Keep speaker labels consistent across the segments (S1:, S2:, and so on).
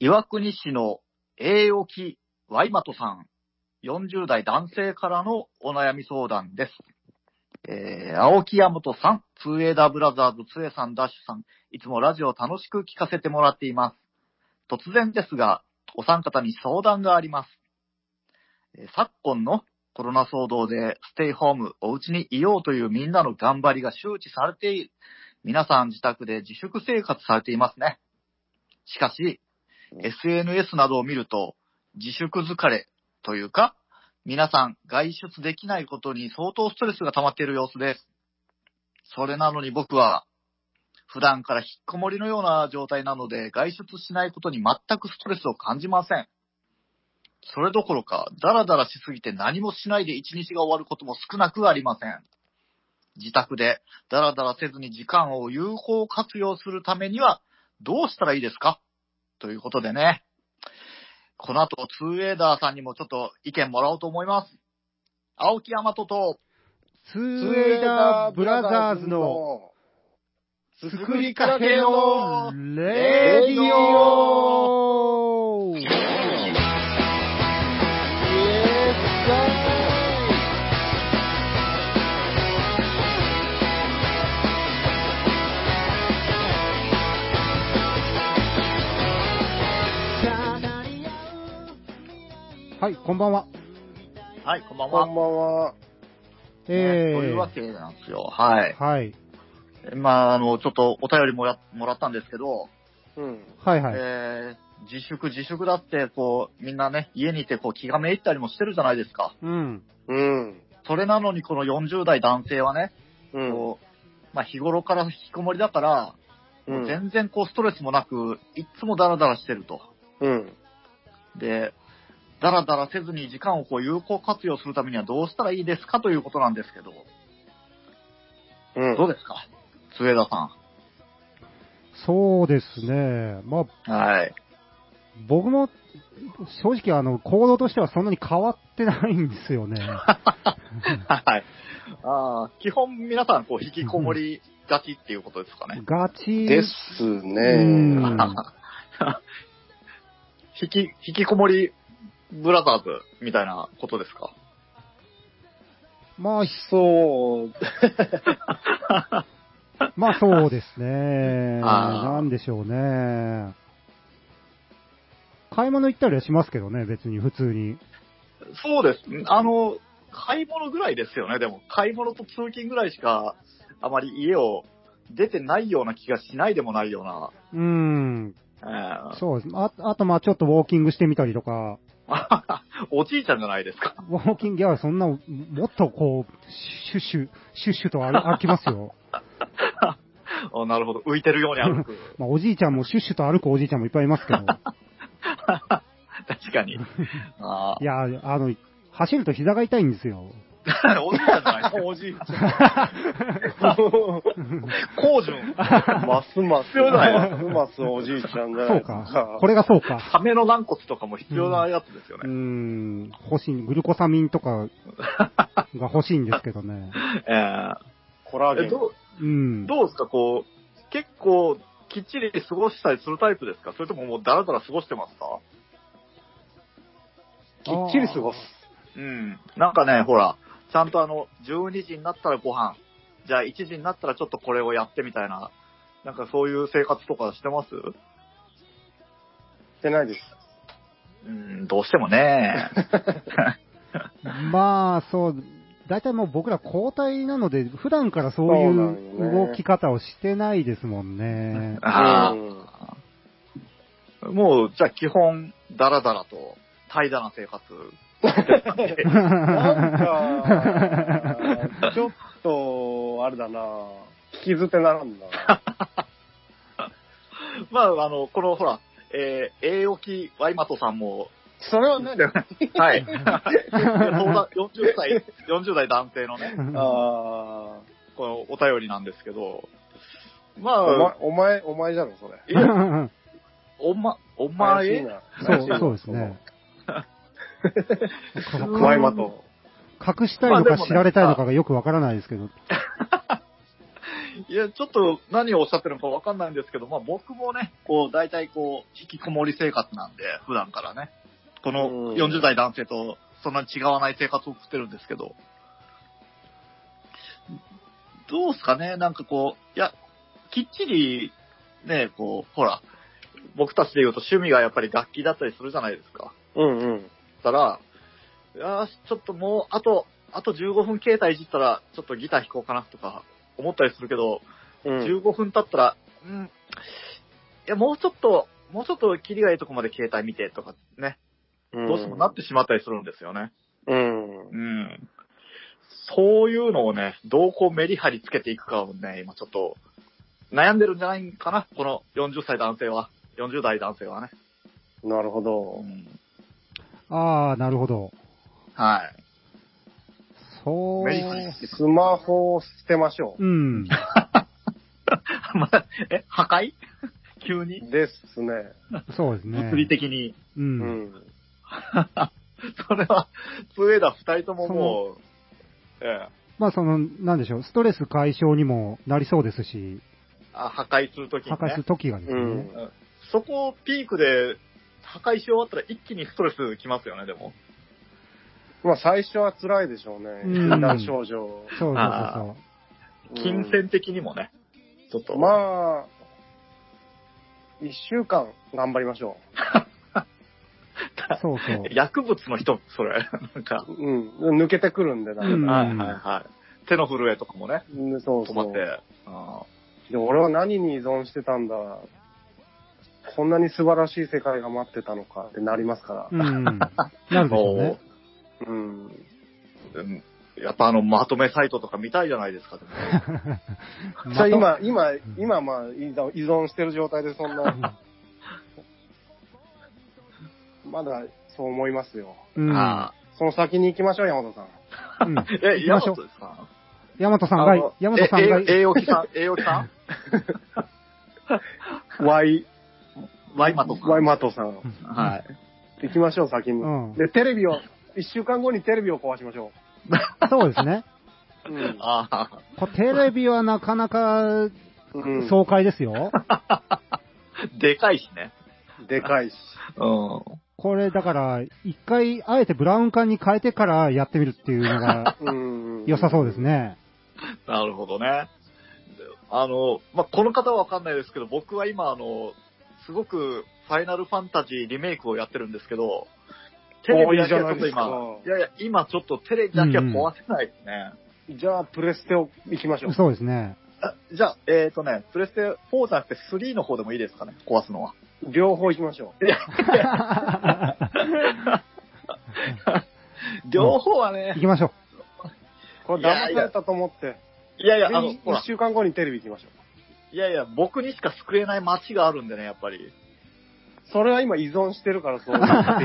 S1: 岩国市の栄養木ワイマトさん、40代男性からのお悩み相談です。えー、青木山本さん、ツーエーダーブラザーズ、つえさん、ダッシュさん、いつもラジオ楽しく聞かせてもらっています。突然ですが、お三方に相談があります。えー昨今のコロナ騒動でステイホーム、お家にいようというみんなの頑張りが周知されている。皆さん自宅で自粛生活されていますね。しかし、SNS などを見ると、自粛疲れというか、皆さん外出できないことに相当ストレスが溜まっている様子です。それなのに僕は、普段から引っこもりのような状態なので、外出しないことに全くストレスを感じません。それどころか、ダラダラしすぎて何もしないで一日が終わることも少なくありません。自宅でダラダラせずに時間を有効活用するためには、どうしたらいいですかということでね。この後、ツーエーダーさんにもちょっと意見もらおうと思います。青木山とと、
S2: ツーエイダーブラザーズの作りかけのレディオはい、こんばんは。
S1: はい、こんばん
S3: こ
S1: は。
S3: んばんは。
S2: え
S1: ねというわ
S2: ー、
S1: けなんですよ。はい。
S2: はい、
S1: まあ、あの、ちょっとお便りもらもらったんですけど、
S3: うん。
S2: はいはい。
S1: えー自粛自粛だって、こう、みんなね、家にいて、こう、気がめいったりもしてるじゃないですか。
S2: うん。
S3: うん。
S1: それなのに、この40代男性はね、
S3: うん。
S1: こう、まあ、日頃から引きこもりだから、
S3: う。
S1: もうん全然こう、ストレスもなく、いつもダラダラしてると。
S3: うん。
S1: で、ダラダラせずに時間をこう、有効活用するためにはどうしたらいいですかということなんですけど、
S3: うん。
S1: どうですか上田さ
S2: そうですね。まあ、
S1: ん。はい。
S2: 僕も、正直あの、行動としてはそんなに変わってないんです よね。
S1: はい。 ああ、基本皆さん、こう、引きこもりがちっていうことですかね。
S2: ガチ。
S3: です
S2: うん
S3: ね。
S1: 引き、引きこもりブラザーズみたいなことですか
S2: まあ、
S3: そう。
S2: まあそうですね。
S1: あー
S2: なんでしょうね。買い物行ったりはしますけどね、別に普通に。
S1: そうです。あの、買い物ぐらいですよね。でも、買い物と通勤ぐらいしか、あまり家を出てないような気がしないでもないような。
S2: うん。
S1: え
S2: そうです。ああとまあちょっとウォーキングしてみたりとか、
S1: ー おじいちゃんじゃないですか。
S2: ウォーキング、いや、そんな、もっとこう、シュッシュ、シュッシュと歩歩きますよ。
S1: あなるほど。浮いてるように歩 く。
S2: まあおじいちゃんもシュッシュと歩くおじいちゃんもいっぱいいますけ ど。
S1: 確かに。あ
S2: いや、あの、走ると膝が痛いんですよ。
S1: ー おじいちゃんじゃないですか。おじいちゃん。工順。
S3: ますます。
S1: 必要ない
S3: ますますおじいちゃんじゃ
S2: そ
S3: な
S2: う
S3: い
S2: か。これがそうか。
S1: サメの軟骨とかも必要なやつですよ
S2: うー
S1: ね。
S2: ん、欲しい、グルコサミンとかが欲しいんですけどね。
S1: え
S3: コラ
S1: ー
S3: ー
S1: え
S3: ゲン。
S1: どう
S2: うん。
S1: どうですか、こう、結構、きっちり過ごしたりするタイプですかそれとももうダラダラ過ごしてますか
S3: きっちり過ごす。
S1: うん。なんかね、ほら、ちゃんとあの、12時になったらご飯、じゃあ1時になったらちょっとこれをやってみたいな、なんかそういう生活とかしてます
S3: してないです。
S1: うん、どうしても ね。
S2: まあ、そう、大体もう僕ら交代なので、普段からそう
S3: そうな
S2: い
S3: んよ
S2: う
S3: ね
S2: 動き方をしてないですもんね。
S1: あ
S3: うん
S1: あ、もう、じゃあ基本、ダラダラと、怠惰な生活。
S3: なんか、ちょっと、あれだな聞き捨てならんな。
S1: まあ、あの、このほら、えー、栄養器ワイマトさんも、
S3: それは何だ よ。
S1: はい。相談40歳、40代男性のね、
S3: あ
S1: このお便りなんですけど、ま
S3: あ、お
S1: あ、、
S3: 前お前、お前じゃろ、それ。
S1: いやおま、お
S3: 怪しい
S1: 前、
S3: な
S2: そう、そうですね。。
S3: 怖いまと。
S2: 隠したいの
S1: まあ
S2: か
S1: でもね
S2: 知られたいのかがよくわからないですけど。
S1: いや、ちょっと何をおっしゃってるのかわかんないんですけど、まあ僕もね、こう、大体こう、引きこもり生活なんで、普段からね、こ
S3: うん
S1: の40代男性とそんなに違わない生活を送ってるんですけど、どうすかね、なんかこう、いや、きっちり、ね、こう、ほら、僕たちで言うと趣味がやっぱり楽器だったりするじゃないですか。
S3: うんうん。
S1: ったら、よし、ちょっともう、あと、あと15分携帯いじったら、ちょっとギター弾こうかなとか思ったりするけど、
S3: うん。
S1: 15分経ったら、うん、いや、もうちょっと、もうちょっとキリがいいとこまで携帯見てとかね、どうしてもなってしまったりするんですよね。
S3: うん。
S1: うん。そういうのをね、どうこうメリハリつけていくかをね、今ちょっと悩んでるんじゃないかな、この40歳男性は、40代男性はね。
S3: なるほ
S1: う
S3: ど。
S1: ん、
S2: ああ、なるほど。
S1: は
S2: そ
S1: い。 メ。リ
S2: う
S1: ハリつけて。
S3: スマホを捨てましょ
S2: うん。
S1: まあ、え、破壊 急に
S3: う。ですね。
S2: そうですね。
S1: 物理的に。
S2: う。
S3: うんん。
S1: それは、ツーエイダー二人とももう、ええ、
S2: まあその、なんでしょう、ストレス解消にもなりそうですし、
S1: あ破壊するときに、
S2: 破壊す
S1: ね
S2: る。時がです
S3: う
S2: ね。
S3: ん。
S1: そこをピークで破壊し終わったら一気にストレスきますよね、でも。
S3: まあ最初は辛いでしょうね。
S2: うん
S3: 禁断症状。
S2: そうそう
S1: あ
S2: そう
S1: 金銭的にもね。ちょっと。あ、
S3: まあ、一週間頑張りましょ
S2: そう。そうそう。
S1: 薬物の人、それ。なんか
S3: う。、うん。抜けてくるんで、だから。
S2: うん
S1: はいはいはい。手の震えとかもね、
S3: うんそう
S1: 止
S3: そ
S1: まっ
S3: う。
S1: て。ああ
S3: で俺は何に依存してたんだ。こんなに素晴らしい世界が待ってたのかってなりますから
S2: う。ん。なるでしょうね。
S3: うん。
S1: うんやっぱあの、まとめサイトとか見たいじゃないですか、でも
S3: じゃあ
S2: ま
S3: 今、今、今、まあ、依存依存してる状態でそんな、
S2: た、
S3: まだそう思いますよ。
S2: うん。
S1: あ
S3: その先に行きましょう、山本さん。
S2: うん
S1: あ。え、
S2: 行きま
S1: 山
S2: しょう
S1: 本ですか
S2: ヤマトさんが
S3: あの、
S2: ヤマトさんが、
S1: え、え、えおきさん、えおきさん
S3: ワイ、
S1: ワイマトさん。
S3: ワイマトさん。
S1: はい。
S3: 行きましょう、先に。
S2: うん
S3: で、テレビを、一週間後にテレビを壊しましょ
S2: そうですね。
S3: う。うん。
S1: ああ、
S2: こうテレビはなかなか
S3: うん、
S2: 爽快ですよ。
S1: でかいしね。
S3: でかいし。
S1: うん。
S2: これだから、一回あえてブラウン管に変えてからやってみるっていうのが
S3: うん
S2: 良さそうです。ね。
S1: なるほどね。であの、まあ、この方はわかんないですけど、僕は今、あの、すごく、ファイナルファンタジーリメイクをやってるんですけど、テレビだけはちょっと
S3: お
S1: 今
S3: ーいい、
S1: い
S3: じ
S1: やいや、今ちょっとテレビだけは壊せないですね。
S3: じゃあ、プレステを行きましょう。
S2: そうです ね。
S1: あじゃあ、えっ、とね、プレステ4じゃなくて3の方でもいいですかね、壊すのは。
S3: 両方行きましょ
S1: 両方は
S2: 行
S1: ね、
S2: きましょ
S3: う。これ、騙されたと思って。
S1: いやい
S3: で
S1: や、あの、
S3: い
S1: ほら
S3: 一、週間後にテレビ行きましょう。
S1: いやいや、僕にしか救えない街があるんでね、やっぱり。
S3: それは今依存してるからそうだ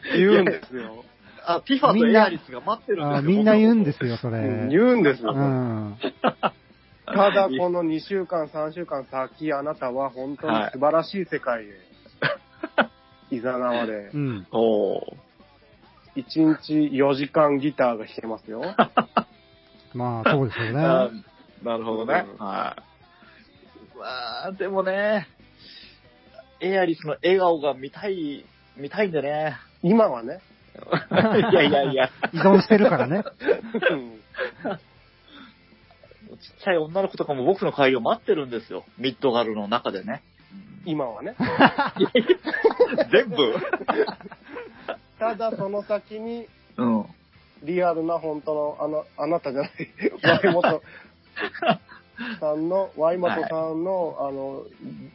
S3: って 言う、言うんですよ。
S1: あ、ティファとエアリスが待って
S2: う。
S1: るんです
S2: あ
S1: よ。。
S2: みんな言うんですすよ、それ。
S3: うん
S2: う
S3: 言うんですよ。
S2: ん。
S3: ただ、この2週間、3週間先、あなたは本当に素晴らしい世 界へ、いざなわれ
S2: う、ん。
S1: おー
S3: 1日4時間ギターが弾けます よ。
S2: まあ、そうですよ
S1: あ
S2: ね。
S1: なるほどね。
S3: うん
S1: はい。まあ、でもね、エアリスの笑顔が見たい、見たいんでね。
S3: 今はね。
S1: いや いやいや、ち
S2: 依存してるからね。
S3: うん
S1: っちゃい女の子とかも僕の会議を待ってるんですよ。ミッドガルの中でね。
S3: 今はね。
S1: 全部。
S3: ただ、その先に、
S1: うん。
S3: リアルな本当の、あの、あなたじゃない、ワイモトさんの、ワイモトさんの、あの、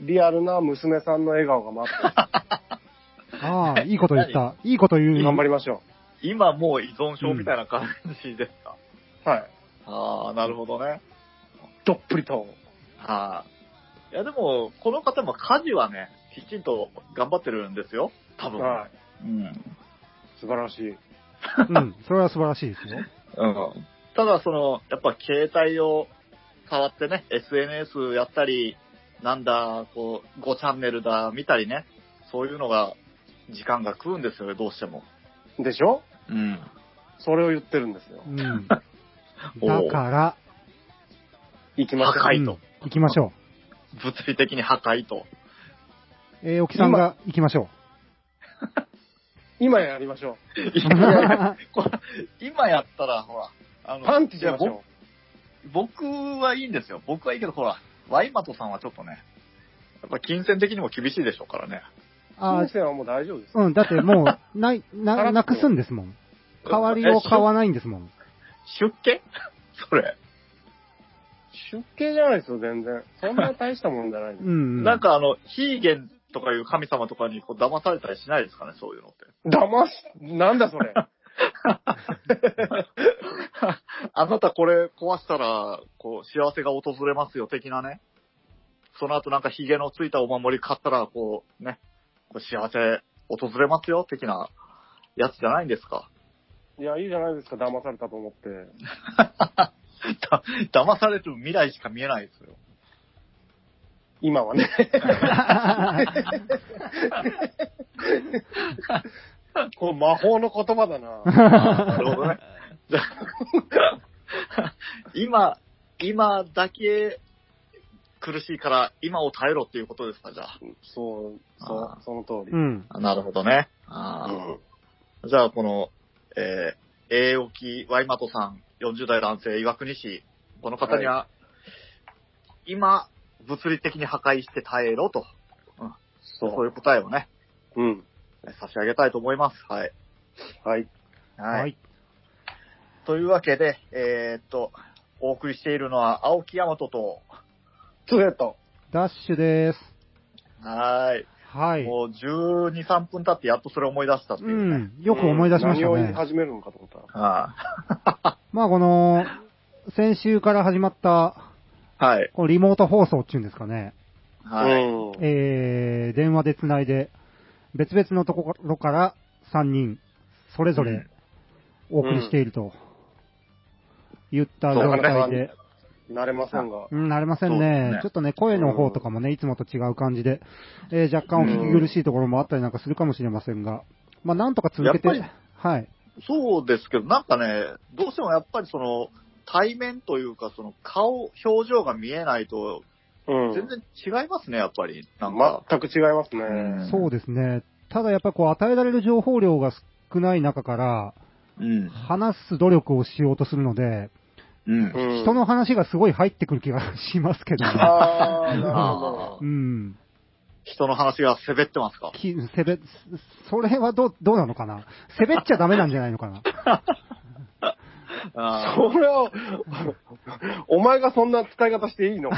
S3: リアルな娘さんの笑顔が待って
S2: ああ、いいこと言った。いいこと言
S3: る、
S2: う。
S3: 頑張りましょ
S1: 今もう依存症みたいな感じですか。
S3: う。はい。
S1: ああ、なるほどね。
S3: どっぷりと。
S1: はい。いや、でも、この方も家事はね、きちんと頑張ってるんですよ。多分。
S3: はい。
S1: うん。
S3: 素晴らしい。
S2: うん。それは素晴らしいですよ。
S1: うんただその、やっぱ携帯を変わってね、SNS やったり、なんだ、こう、5チャンネルだ、見たりね、そういうのが、時間が食うんですよね、どうしても。
S3: でしょ
S1: うん。
S3: それを言ってるんですよ
S2: う。ん。
S1: おう
S2: だから、
S3: 行きましょ
S1: 破壊
S2: うん
S1: と
S2: 行きましょ
S1: 物理的に破壊 と。
S2: う。えー、沖さんが行きましょ。
S3: う。今やりましょ
S1: いうやいやこれ今やったら、ほら、あ
S3: う。
S1: の、
S3: パンチしまし
S1: いや
S3: ょ
S1: ぼ僕はいいんですよ。僕はいいけど、ほら、ワイマトさんはちょっとね、やっぱ金銭的にも厳しいでしょうからね。
S3: う。
S2: あ
S3: 金銭はもう大丈夫です。
S2: うん、だっても う、ない、な、なくすんですもん。代わりを買わないんですもん。
S1: 出家 それ。
S3: 出家じゃないですよ、全然。そんな大したもんじゃないで
S2: う
S3: す。
S2: ん。
S1: なん、かあの、ヒーゲンとかいう神様とかにこう騙されたりしないですかね、そういう のって。
S3: 騙す、なんだそれ。
S1: あなたこれ壊したら、こう、幸せが訪れますよ、的なね。その後なんかヒゲのついたお守り買ったら、こう、ね、こう幸せ訪れますよ、的なやつじゃないんですか。
S3: いや、いいじゃないですか、騙されたと思って。
S1: だ騙される未来しか見えないですよ。
S3: 今 はね。これ魔法の言葉だな。
S1: なるほ どね。じゃあ今、今だけ苦しいから今を耐えろっていうことですか、じゃあ。
S3: そう、そ
S1: あー
S3: う、その通り
S2: う。ん。
S1: あなるほどね。あーじゃあ、この、えー、栄沖ワイマトさん、40代男性、岩国市、この方には、今、物理的に破壊して耐えろと、
S3: そ
S1: そう
S3: う。
S1: いう答えをね、
S3: うん。
S1: 差し上げたいと思います。はい。
S3: はい。
S1: はい。
S2: はい。
S1: というわけで、えーっと、お送りしているのは、青木大和と、
S3: ツーエット。
S2: ダッシュです。
S1: はーい。
S2: はい。
S1: もう12、3分経ってやっとそれ思い出したっていううね。
S2: ん。よく思い出しました
S3: 何を言い
S2: ね。
S3: 始めるのかと思ったら。
S1: あ
S2: まあ、この、先週から始まった、
S1: ーはい。
S2: このリモート放送っていうんですかね。
S1: はい。
S3: うん
S2: えー、電話で繋いで、別々のところから3人、それぞ
S1: う
S2: れ
S1: ん
S2: お送りしていると、言った状態で、
S3: 慣れませんが。
S2: うん、なれません
S1: そうで
S2: ね
S1: すね
S2: ちょっとね、声の方とかもね、いつもと違う感じで、えー若干お聞き苦しいところもあったりなんかするかもしれませんが、まあ、なんとか続けて、
S1: やっぱ
S2: はい。
S1: そうですけど、なんかね、どうしてもやっぱりその、対面というか、その顔、表情が見えないと、
S3: うん。
S1: 全然違いますね、やっぱり。なんか。
S3: 全く違いますね。
S2: そうですね。ただやっぱりこう、与えられる情報量が少ない中から、
S1: うん。
S2: 話す努力をしようとするので、
S1: うん。
S3: うん
S2: 人の話がすごい入ってくる気がしますけどね。
S3: ああ、なる
S1: あ
S3: ほ
S1: ー
S2: うん。
S1: 人の話がせべってますか
S2: きせべ、それはどう、どうなのかなせべっちゃダメなんじゃないの かな
S1: あ
S3: ど。それは、お前がそんな使い方していいの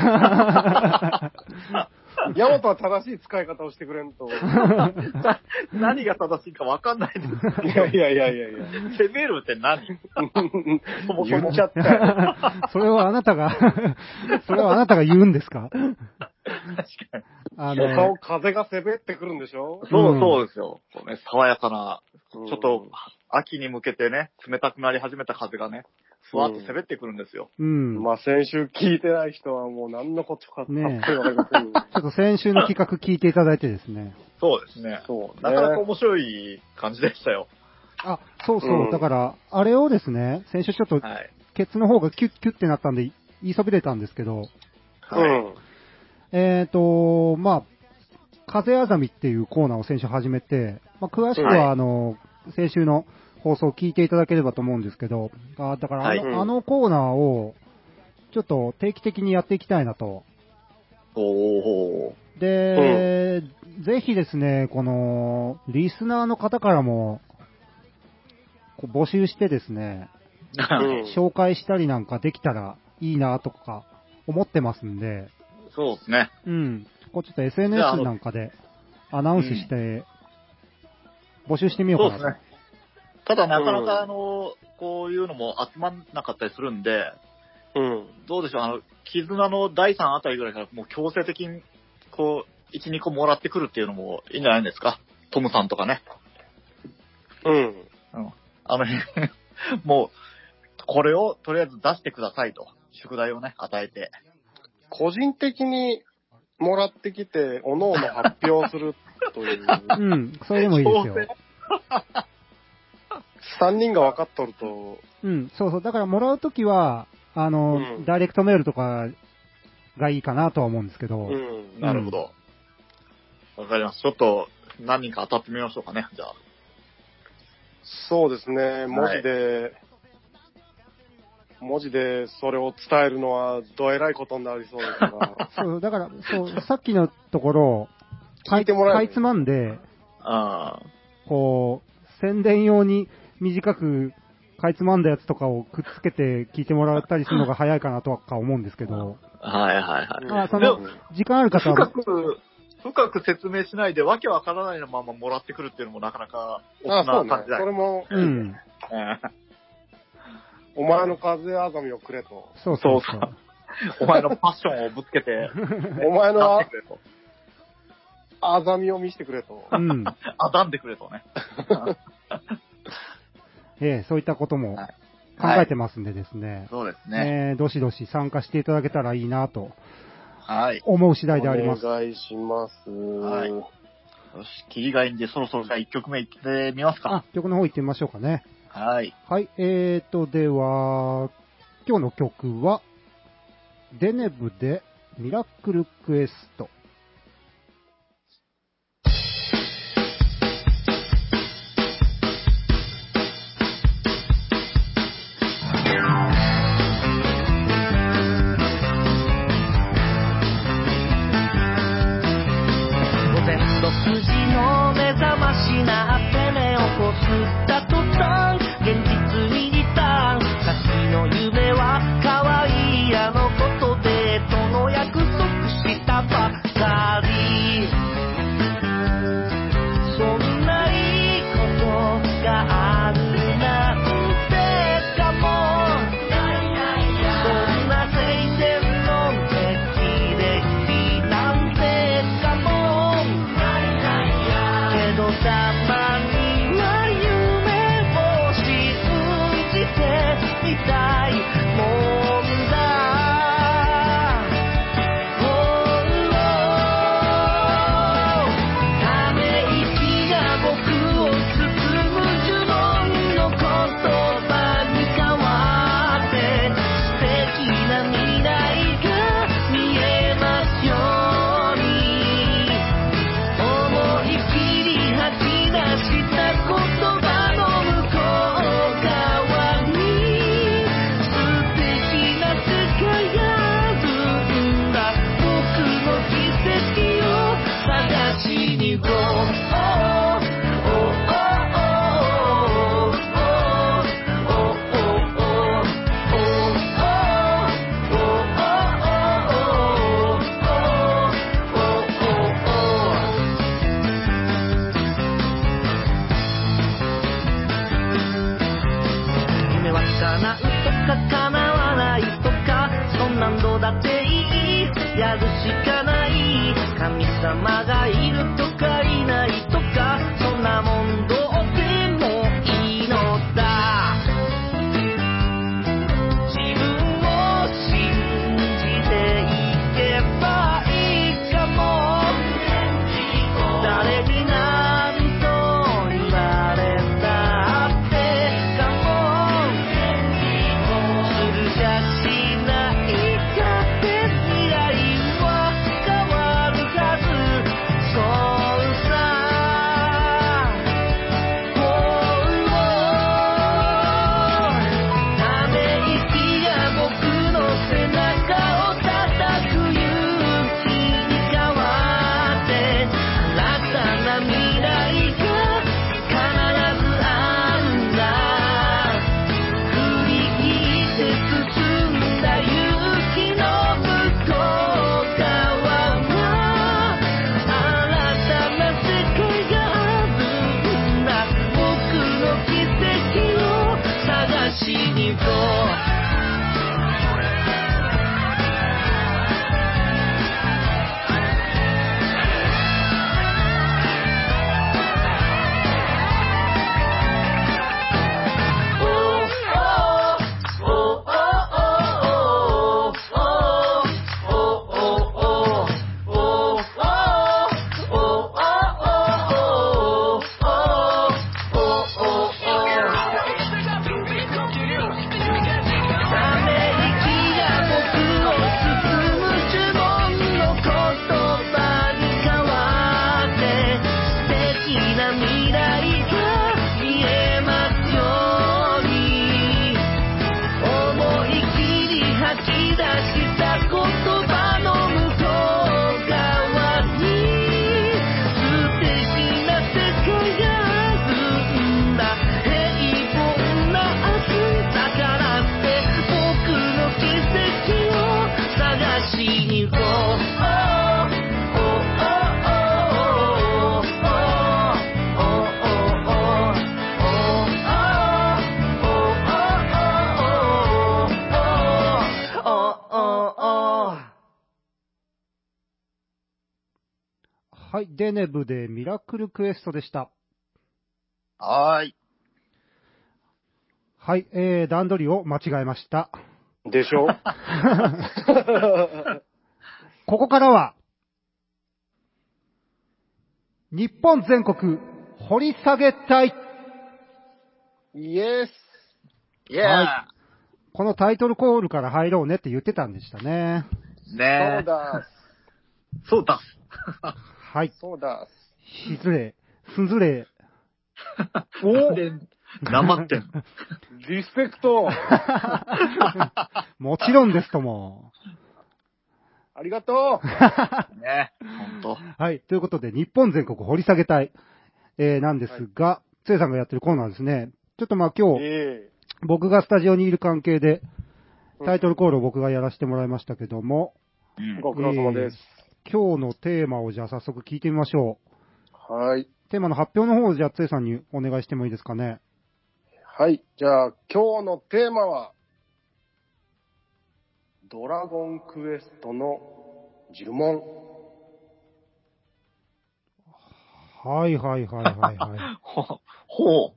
S3: ヤマトは正しい使い方をしてくれんと。
S1: ー な何が正しいかわかんない です。
S3: いやいやいやいやいや。
S1: せべるって何そもそも
S3: 言っちゃったよ。
S2: それはあなたが、それはあなたが言うんですか
S1: 確かに。
S2: あ
S3: お顔
S2: の、
S3: 風が攻めってくるんでしょ
S1: そう
S2: うん
S1: そうですよ。こうね、爽やかな、
S3: ち
S1: ちょっと、秋に向けてね、冷たくなり始めた風がね、ふわっとせべってくるんですよ。
S2: うん。
S3: まあ先週聞いてない人はもう何のことか
S2: ねえ
S3: さっぱりわかりませんよ。
S2: ちょっと先週の企画聞いていただいてですね。
S1: そうですね。
S3: そう
S1: なかなか
S3: ね。
S1: 面白い感じでしたよ。
S2: あ、そうそう。
S3: うん
S2: だから、あれをですね、先週ちょっと、
S1: はい。
S2: ケツの方がキュッキュッってなったんで、言いそびれたんですけど、
S1: はい。
S2: えっ、と、まあ、風あざみっていうコーナーを先週始めて、まあ、詳しく
S1: はい
S2: は、あの、先週の放送を聞いていただければと思うんですけど、あだからあの、
S3: はい
S2: あのコーナーを、ちょっと定期的にやっていきたいなと。
S1: おー。
S2: で、ぜひですね、この、リスナーの方からも、こう募集してですね、
S3: うん。
S2: 紹介したりなんかできたらいいなとか思ってますんで、
S1: そうですね。
S2: うん。こうちょっ
S1: じゃあ
S2: と
S1: あ
S2: SNS
S1: の
S2: なんかでアナウンスして、募集してみよ
S1: そううで
S2: か
S1: す
S2: な
S1: ねた
S2: と。。
S1: だなかな
S3: うん
S1: かあの、こういうのも集まんなかったりするんで、
S3: うん。
S1: どうでしょう、あの、絆の第3あたりぐらいからもう強制的に、こう、1、2個もらってくるっていうのもいいんじゃないですかトムさんとかね。
S3: うん。
S1: あの辺、 もう、これをとりあえず出してくださいと。宿題をね、与えて。
S3: 個人的にもらってきて、おのおの発表するという、
S2: うん。それでもいいですよ。
S3: 3人が分かっとると、
S2: うん。そうそう。だからもらうときは、あの、
S3: うん
S2: ダイレクトメールとかがいいかなとは思うんですけど、。
S3: うん。
S1: なるほど。わかります。ちょっと、何人か当たってみましょうかね、じゃあ。
S3: そうですね、文字で、文字でそれを伝えるのはどえらいことになりそうですが
S2: そう、だから、そう、さっきのところ、か
S3: 聞いてもらえ
S2: か
S3: る
S2: いつまんで、
S1: あ
S2: こう、宣伝用に短く、かいつまんだやつとかをくっつけて聞いてもらったりするのが早いかなとはか思うんですけど、
S1: あ、はいはいはい。
S2: あそ
S3: そ
S2: の
S3: の、
S2: 時間ある方
S1: 深
S2: は、
S1: く、深く説明しないで、わけわからないままもらってくるっていうのもなかなか、
S3: あ、そう
S1: 大人
S3: ね
S1: な感。じだ
S3: それ
S1: よ
S3: も、
S2: うん、
S1: ね。
S3: お前の風あざみをくれ と。
S2: そうそう
S1: そ
S2: そうう。
S1: お前のパッションをぶつけ て、
S3: お前
S1: 出し
S3: の
S1: てくれと。
S3: あざみを見せてくれと。
S2: うん。
S1: あ、だんでくれとね。
S2: ええそういったことも
S1: はい
S2: 考えてますんでですね、
S1: そうですね。
S2: ええどしどし参加していただけたらいいなと
S1: はい。
S2: 思う次第であります。
S3: お願いします。
S1: はいよし、切り替えんでそろそろじゃあ1曲目いってみますか
S2: あ。、曲の方行ってみましょうかね。
S1: はい。
S2: はい、えーと、では、今日の曲は、デネブでミラクルクエスト。
S4: 午前と筋の目覚ましなアテネをこすった途端現実にリターン先の夢は可愛いあの子とデートの約束したばっかりそんないいことがあるなんてかもそんな青春の出来歴なんてかもけどたまには夢を信じてみたいもんだ「ため息がついて」「僕を包む呪文の言葉に変わって」「素敵な未来が見えますように」思い切り吐き出した言葉の向こう側に素敵な世界があるんだ僕の奇跡を探しに行こう Oh, oh, oh, 夢は叶うとか叶わないとかそんなんどうだっていいやるしかない神様がいるとかいないとかそんなもんどうでもいいのだ自分を信じていけばいいかも誰に何と言われたってかもするかしないかって未来は変わるはずそうさ「ため息が僕を包む呪文の言葉
S2: はい。デネブでミラクルクエストでした。
S1: はーい。
S2: はい。えー、段取りを間違えました。
S3: でし ょ
S2: ここからは、日本全国掘り下げ隊。
S3: イエス
S1: イェー
S2: はこのタイトルコールから入ろうねって言ってたんでしたね。
S1: イ
S3: そ
S1: ね
S3: う
S1: え。
S3: だ
S1: そうだ。
S2: はい。
S3: そうだ
S2: 失礼。すずれ。
S1: おで、なまってん の。
S3: リスペクト
S2: もちろんですとも。
S3: ありがとう
S1: ねえ。ほんと。
S2: はい。ということで、日本全国掘り下げ隊、えー、なんですが、つえさんがやってるコーナーですね。ちょっとまあ今日、
S3: え
S2: 僕がスタジオにいる関係で、
S3: え
S2: タイトルコールを僕がやらせてもらいましたけども、
S1: うん。
S3: ご苦労様です。
S2: 今日のテーマをじゃあ早速聞いてみましょ
S3: はい。
S2: う。テーマの発表の方をじゃあつえさんにお願いしてもいいですかね。
S3: はい。じゃあ、今日のテーマは、ドラゴンクエストの呪文。
S2: はいはいはいはいはい。
S1: ほ、ほ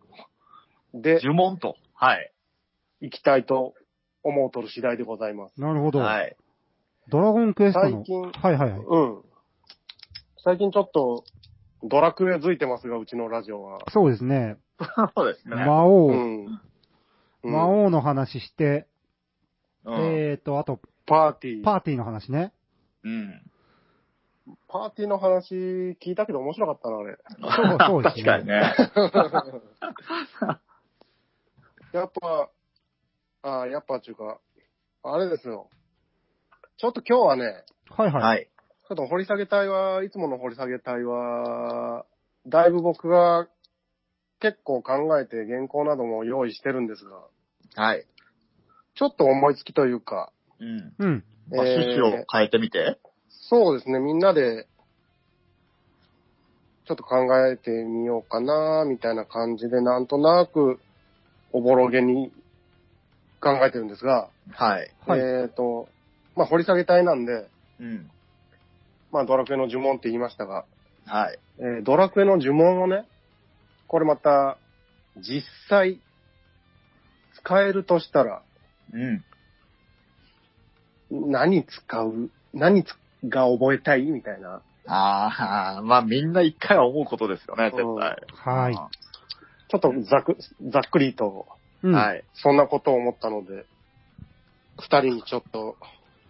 S1: う。
S3: で、
S1: 呪文と。はい。
S3: 行きたいと思うとる次第でございます。
S2: なるほど。
S1: はい。
S2: ドラゴンクエストの。
S3: 最近
S2: はいはいはい。
S3: うん。最近ちょっと、ドラクエづいてますが、うちのラジオは。
S2: そうですね。
S1: そうですね。
S2: 魔王、
S3: うん。うん
S2: 魔王の話して、
S1: うん。
S2: えーと、あと、
S3: パーティー。
S2: パーティーの話ね。
S1: うん。
S3: パーティーの話聞いたけど面白かったな、あれ。
S2: そうそうですね
S1: 確かにね。
S3: やっぱ、ああ、やっぱっていうか、あれですよ。ちょっと今日はね、
S2: はいはい。
S1: はい。
S3: ちょっと掘り下げ隊は、いつもの掘り下げ隊は、だいぶ僕が結構考えて原稿なども用意してるんですが、
S1: はい。
S3: ちょっと思いつきというか、
S1: うん。
S2: うん。
S1: まあ、
S3: えー
S1: 趣旨を変えてみて。
S3: そうですね、みんなで、ちょっと考えてみようかな、みたいな感じで、なんとなく、おぼろげに考えてるんですが、
S1: はい。
S2: はい
S3: えっ、と、まあ、掘り下げ隊なんで、
S1: うん。
S3: まあ、ドラクエの呪文って言いましたが、
S1: はい。
S3: えードラクエの呪文をね、これまた、実際、使えるとしたら、
S1: うん。
S3: 何使う何つが覚えたいみたいな。
S1: ああ、まあみんな一回は思うことですよね、絶対。
S2: はい。
S3: ちょっとざく、ざっくりと、
S2: うん。。
S1: はいい。
S3: そんなことを思ったので、二人にちょっと、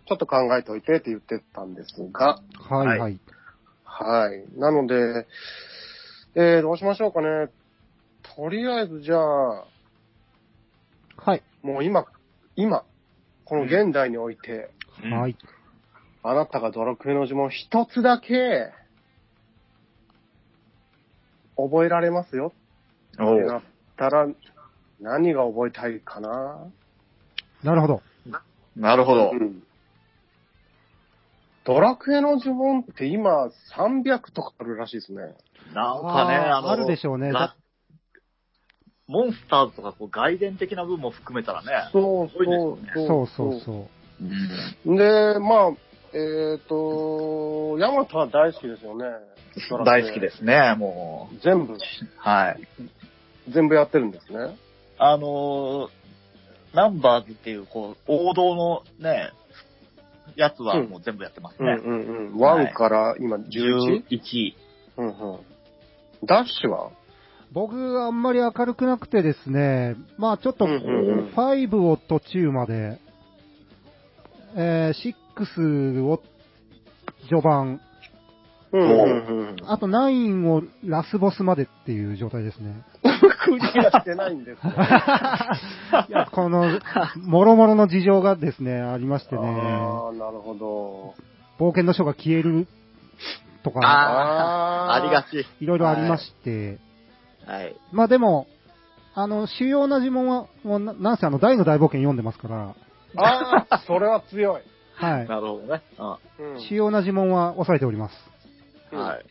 S3: ちょっと考えておいてって言ってたんですが、
S2: はいは。
S1: はい
S3: はい。なので、えー、どうしましょうかね。とりあえずじゃあ、
S2: はい。
S3: もう今、今、この現代において、
S1: うん
S2: はい。
S3: あなたがドラクエの呪文一つだけ、覚えられますよ
S1: お
S3: ってなったら、何が覚えたいかな
S2: なるほど。
S1: なるほど。
S3: うんドラクエの呪文って今300とかあるらしいですね。
S1: なんかね、
S2: あー
S1: あの、
S2: あるでしょうね
S1: が
S2: だ
S1: モンスターズとかこう外伝的な部分も含めたらね。
S3: そう
S1: すごいですね
S2: そうそうそう。
S1: うん。
S3: う。で、まあ、えっ、と、ヤマトは大好きですよね。。
S1: 大好きですすね、も
S3: 全部、
S1: う。はい。
S3: 全部やってるんですね。
S1: あのーナンバーズっていう、こう、王道のね、やつはもう全部やってます
S3: うん
S1: ね。
S3: うんうん。1から今 11?、
S1: 11。
S3: うんうん。ダッシュは
S2: 僕、あんまり明るくなくてですね、まあちょっと、
S3: うんうんうん
S2: 5を途中まで、えー、6を序盤、
S3: う
S1: う
S3: ん
S1: ん
S3: うん。
S2: あと9をラスボスまでっていう状態ですね。
S3: クリアしてないんですね。
S2: いや、この、もろもろの事情がですね、ありましてね、
S3: ああ、なるほど。
S2: 冒険の書が消えると
S1: あ
S2: か、
S1: あ
S3: あ
S1: りがち。
S2: いろいろありまして、
S1: はい。
S2: まあでも、あの、主要な呪文は、もうななんせあの、大の大冒険読んでますから、
S3: ああ、それは強い。
S2: はい。
S1: なるほどね。う
S3: うん
S2: 主要な呪文は抑えております。
S1: ん。はい。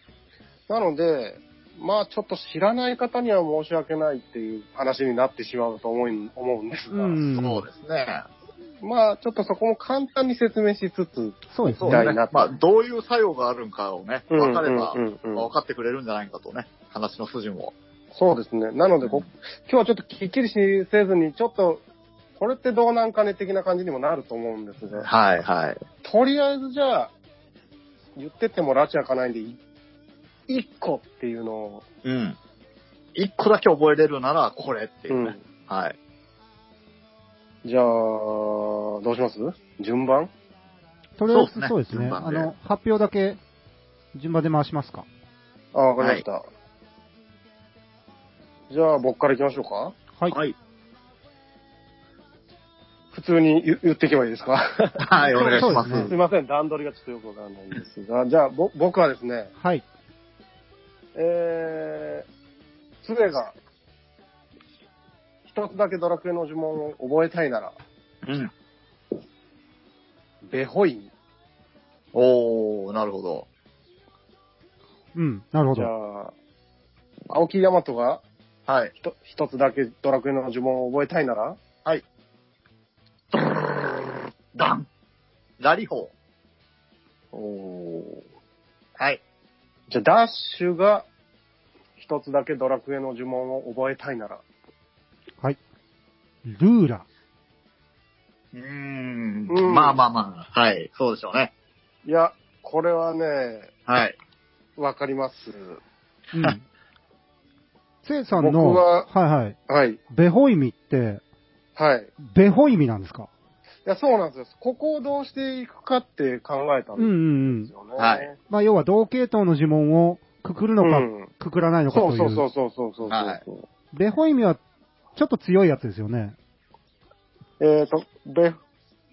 S3: なので、まあちょっと知らない方には申し訳ないっていう話になってしまうと思い思うんですが、
S2: うん
S1: そうですね。
S3: まあ、ちょっとそこも簡単に説明しつつ、
S2: そうです
S1: そう
S3: みた
S1: ね
S3: い
S2: ね。
S3: な。
S1: まあ、どういう作用があるんかをね、分かれば、
S3: うんうんうんうん
S1: まあ分かってくれるんじゃないかとね、話の筋も。
S3: そうですね。なのでこ、今日はちょっときっちりしせずに、ちょっと、これってどうなんかね的な感じにもなると思うんですが、
S1: はいはい。
S3: とりあえずじゃあ、言ってっても拉致開かないんで、い一個っていうのを、
S1: うん。一個だけ覚えれるなら、これっていううね。
S3: ん。
S1: はい。
S3: じゃあ、どうします順番
S2: とりあえ
S1: そうです
S2: ず
S1: ね
S2: そうですね。
S1: 順
S2: あ
S1: 番で
S2: の、発表だけ順番で回しますか。
S3: あ、わかりました。じゃあ、僕から行きましょうか。
S2: はい。
S1: はい。
S3: 普通に言言っていけばいいですか
S1: はい、お願いします。
S2: そうですす
S3: いません、段取りがちょっとよくわからないんですが、じゃあ、ぼ僕はですね、
S2: はい。
S3: えー、杖が、一つだけドラクエの呪文を覚えたいなら、
S1: うん。
S3: ベホイン。
S1: おー、なるほど。
S2: うん、なるほ
S3: じゃ
S2: ど。
S3: あ、青木大和が
S1: はい。
S3: ひと一つだけドラクエの呪文を覚えたいなら、
S1: ダンラリホ
S3: おー
S1: ー。はい。
S3: じゃあ、ダッシュが一つだけドラクエの呪文を覚えたいなら、
S2: ルーラ。
S1: うーん
S3: うん
S1: まあまあまあ。はい。そうでしょうね。
S3: いや、これはね、
S1: はい。
S3: わかります。
S2: うん。せいさんの、
S3: 僕は
S2: はいはい。
S3: はい、
S2: ベホイミって、
S3: はい。い
S2: ベホイミなんですか
S3: や、そうなんですよ。ここをどうしていくかって考えた
S2: うんうんんうん。
S3: ですよね。
S1: はい
S2: まあ、要は同系統の呪文をくくるのか、
S3: うん
S2: くくらないのか
S3: そ
S2: というう。
S3: そうそうそうそうそうそう。
S1: はい
S2: ベホイミは、ちょっと強いやつですよね。
S3: えっ、と、で、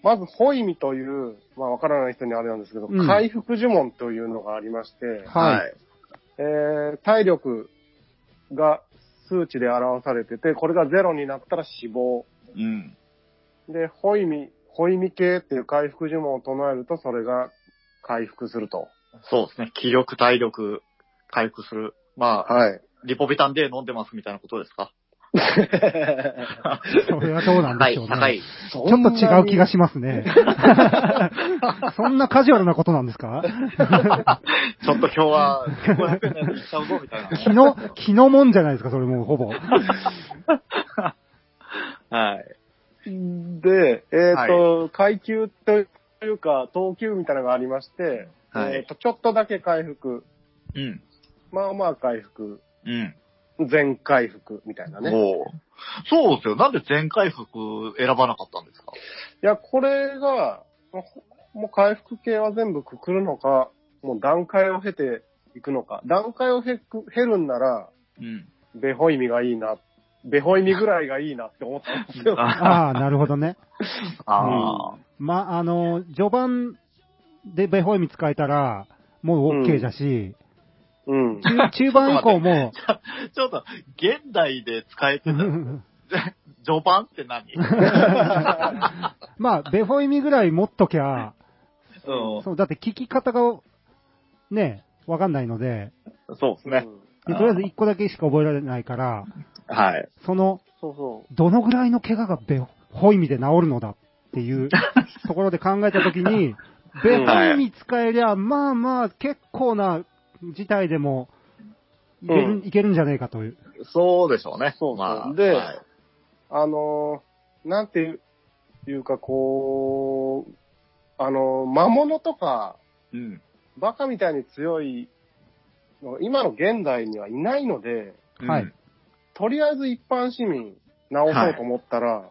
S3: まず、ホイミという、まあ、わからない人にあれなんですけど、
S2: うん
S3: 回復呪文というのがありまして、
S2: はい
S1: い。
S3: えー体力が数値で表されてて、これがゼロになったら死亡。
S1: うん。
S3: で、ホイミ、ホイミ系っていう回復呪文を唱えると、それが回復すると。
S1: そうですね。気力、体力、回復する。まあ、
S3: はい。
S1: リポビタン D 飲んでますみたいなことですか
S2: それはどうなん
S1: 高
S2: で
S1: い、
S2: しょうね。
S1: 高い。
S3: ちょ
S2: ちょっと違う気がしますね。そんなカジュアルなことなんですか
S1: ちょっと今日は1500円のやついっちゃうぞみたいなね。
S2: 気の、気のもんじゃないですか、それもうほぼ。
S1: はい。
S3: で、えっ、と、階級というか、等級みたいなのがありまして、
S1: はい
S3: えっ、と、ちょっとだけ回復、
S1: うん。
S3: まあまあ回復、
S1: うん。
S3: 全回復みたいなね。
S1: おうそうですよ。なんで全回復選ばなかったんですか
S3: いや、これが、もうもう回復系は全部くくるのか、もう段階を経ていくのか。段階を経く経るんなら、
S1: うん。
S3: ベホイミがいいな、ベホイミぐらいがいいなって思ったんですよ。
S1: あ
S2: ああ、なるほどね。
S1: あー。
S2: まあ、あの、序盤でベホイミ使えたら、もう OK だし、
S3: うん。
S2: 中中盤以降も、
S1: ちょっと、現代で使えてた、 序盤って何
S2: まあ、ベホイミぐらい持っときゃ、
S1: うん
S2: そう、だって聞き方が、ね、わかんないので、
S1: そうですね。
S2: でとりあえず一個だけしか覚えられないから、
S1: はい。
S2: その、
S3: そうそ
S2: どのぐらいの怪我がベホイミで治るのだっていう ところで考えたときに、ベホイミ使えりゃ、まあまあ、結構な事態でも、いける,、
S3: うん
S2: いけるんじゃねえかという。
S1: そうでしょうね。
S3: そうそう
S1: まあ、
S3: で
S1: はい、
S3: う。あのーなんていういうか、こう、あのー魔物とか、
S1: うん。
S3: バカみたいに強いのが今の現代にはいないので、
S2: はい
S1: うん。
S3: とりあえず一般市民直そうと思ったら、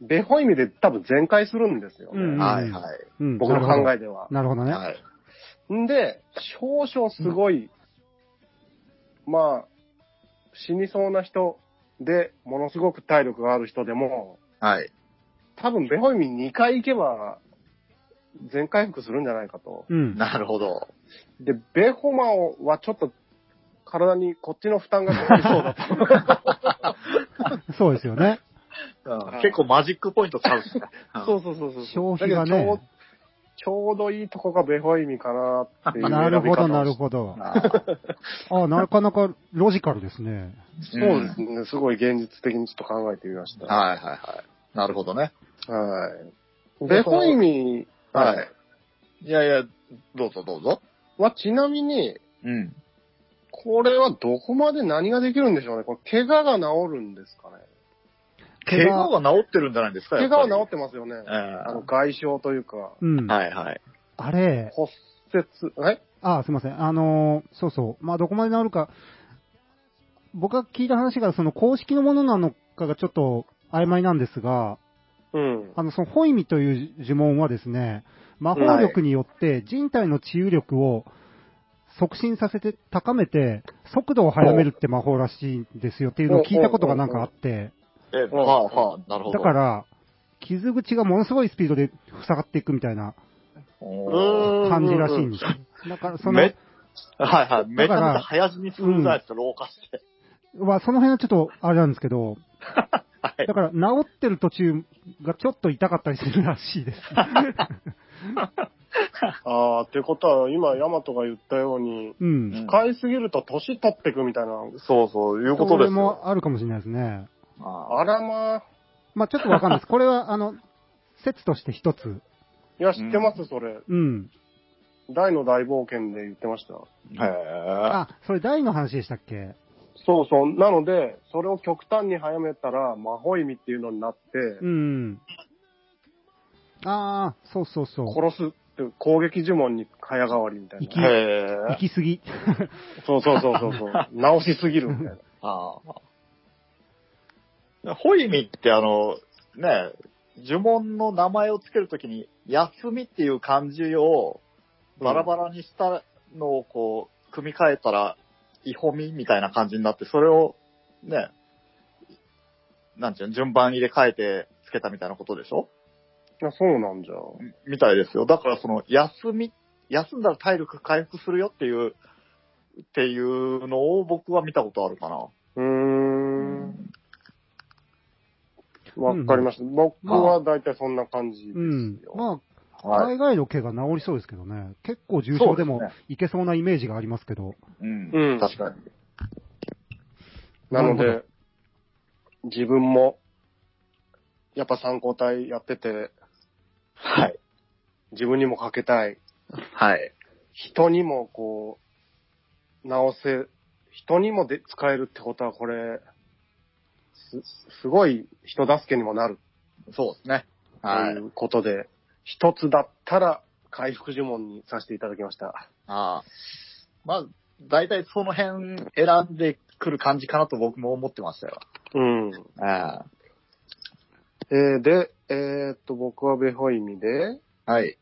S3: ベホイミで多分全開するんですよね。
S2: うん
S1: はい、はい。
S2: うん、
S3: 僕の考
S2: え。
S3: えでは。
S2: なるほどね。
S1: はい。
S3: んで、少々すごい、まあ、死にそうな人で、ものすごく体力がある人でも、
S1: はい。
S3: 多分ベホイミ2回行けば、全回復するんじゃないかと。
S2: うん。
S1: なるほど。
S3: で、ベホマをはちょっと、体にこっちの負 担がかかりそうだと。
S2: そうですよね。
S1: うん結構マジックポイント使うしね。
S3: そうそうそうそう。
S2: 消費がね
S3: だけどちょうちょうどいいとこがベホイミかなっていう選び方を
S2: なるほど、なる
S3: ど。
S2: ほど。
S1: あー
S2: ああ、なかなかロジカルですね。
S3: そうですね。すごい現実的にちょっと考えてみました。
S1: はいはいはい。なるほどね。
S3: はい。
S1: で
S3: で、ホイミ
S1: はい
S3: はい。
S1: いやいや、どうぞどうぞ。
S3: はちなみに、
S1: うん。
S3: これはどこまで何ができるんでしょうね。これ、怪我が治るんですかね。
S1: 怪
S2: 怪
S1: 我
S2: 我
S1: は治ってるんじゃないですか
S3: 怪我は治
S1: っ
S3: ってますよね。あの、
S1: て
S3: 外傷というか、
S2: うん。
S1: はいはい。
S2: あれ、
S3: 骨折、え
S2: あ、すいません。あのーそうそう。まあ、どこまで治るか。僕が聞いた話が、その公式のものなのかがちょっと曖昧なんですが、
S3: うん。
S2: あの、そのホイミという呪文はですね、魔法力によって人体の治癒力を促進させて、高めて、速度を速めるって魔法らしいんですよっていうのを聞いたことがなんかあって、
S1: え、はあはあ、なるほど。
S2: だか、ら、傷口がものすごいスピードで塞がっていくみたいな
S1: う
S2: 感じらしいんですよ。だから、そ
S1: ん。
S2: の、
S1: めはいはい。めち
S2: だ
S1: ゃめち
S2: から
S1: ゃ早死にするんだって、老化して。
S2: は、その辺はちょっとあれなんですけど、
S1: はい
S2: だ。から治ってる途中がちょっと痛かったりするらし いです。
S3: ああ、ってことは、今、ヤマトが言ったように、
S2: うん。
S3: 使いすぎると年取ってくみたいな、
S1: そうそう、いうことで
S2: それ
S1: すよ。
S2: もあるかもしれないですね。
S1: あ
S3: あらまあ、
S2: まあちょっとわか んないです。これは、あの、説として一つ。
S3: いや、知ってます、それ。
S2: うん。
S3: 大の大冒険で言ってました。
S1: へ
S2: あ、それ大の話でしたっけ
S3: そうそう。なので、それを極端に早めたら、魔法意味っていうのになって、
S2: うん。ああ、そうそうそう。
S3: 殺すっていう攻撃呪文に早変わりみたい
S1: え。
S2: 生
S3: な。
S1: へ
S2: 行
S1: え。
S2: き過ぎ。
S3: そうそうそうそう そう。直しすぎるみたいな。
S1: ああ。ホイミってあの、ね、呪文の名前をつけるときに、休みっていう漢字をバラバラにしたのをこう、組み替えたら、イホミみたいな感じになって、それを、ね、なんちゅうの、順番入れ替えてつけたみたいなことでしょ
S3: いやそうなんじゃ。
S1: みたいですよ。だからその、休み、休んだら体力回復するよっていう、っていうのを僕は見たことあるかな。
S3: うーん。わかりました。僕は大体そんな感じで
S2: う
S3: すよ。
S2: ん。 まあ、
S1: はい
S2: 大概の怪我治りそうですけどね。結構重症でも
S1: そうです
S2: いけそうなイメージがありますけど。
S1: うん
S3: うん
S1: 確かに。
S3: なの
S2: なる
S3: で、自分も、やっぱ参考体やってて、
S1: はい。
S3: 自分にもかけたい。
S1: はい。
S3: 人にもこう、直せ、人にもで使えるってことはこれ、す、すごい人助けにもなる
S1: そうですね。
S3: と
S1: はいい。
S3: うことで、一つだったら回復呪文にさせていただきました。
S1: ああ。まあ、大体その辺選んでくる感じかなと僕も思ってましたよ。
S3: うん。
S1: あ
S3: えーで、えーっと、僕はベホイミで、
S1: あ。はい。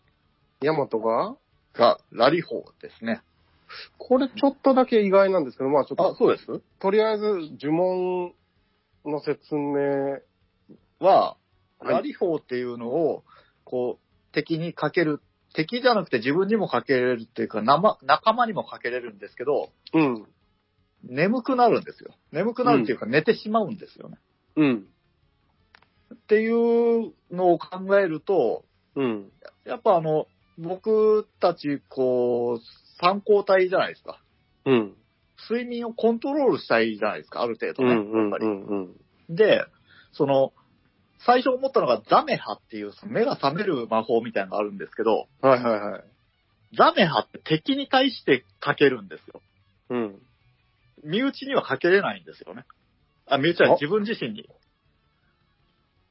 S3: ヤマトが、
S1: が、ラリホーですね。
S3: これちょっとだけ意外なんですけど、まあちょっと、
S1: そうです
S3: とりあえず呪文の説明、
S1: は、
S3: はい
S1: ラリホーっていうのを、こう、敵にかける、敵じゃなくて自分にもかけれるっていうか、なま仲間にもかけれるんですけど、
S3: うん、
S1: 眠くなるんですよ。眠くなるっていうか、寝てしまうんですよね。
S3: うん、
S1: っていうのを考えると、
S3: うん、
S1: やっぱあの、僕たち、こう、参考体じゃないですか。
S3: うん、
S1: 睡眠をコントロールしたいじゃないですか、ある程度
S3: うん、
S1: ね。
S3: うん、
S1: やっぱ
S3: う
S1: り。
S3: ん、うん。
S1: で、その、最初思ったのがザメハっていう、その目が覚める魔法みたいなのがあるんですけど、
S3: はいはいはい。
S1: ザメハって敵に対してかけるんですよ。
S3: うん。
S1: 身内にはかけれないんですよね。あ、身内は自分自身に、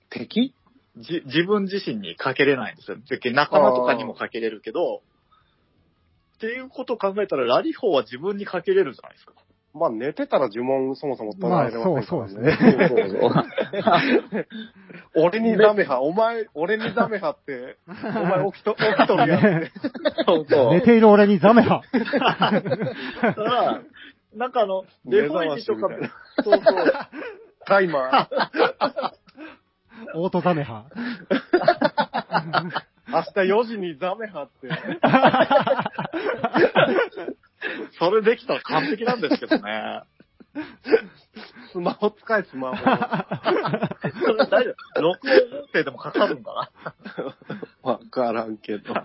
S3: 敵
S1: じ自分自身にかけれないんですよ。別に仲間とかにもかけれるけど、っていうことを考えたら、ラリホーは自分にかけれるじゃないですか。
S3: まあ寝てたら呪文そもそも唱えられませんから、
S2: まあそうそう
S3: ね。
S2: ですね
S1: そうそうそう。
S3: 俺にダメ派、お前、俺にダメ派って、お前起きと、起きとるやん。
S1: そうそう
S2: 寝ている俺にザメハ。
S1: だ から、なんかあの、デフォイジとか
S3: 目覚ましみたい、
S1: そうそう、
S3: タイマー、
S2: オートザメハ。
S3: 明日4時にダメ派って。
S1: それできたら完璧なんですけどね。
S3: スマホ使え、スマホ。わ
S1: それ大丈夫。録音音声でもかかるんだ な。
S3: からんけど。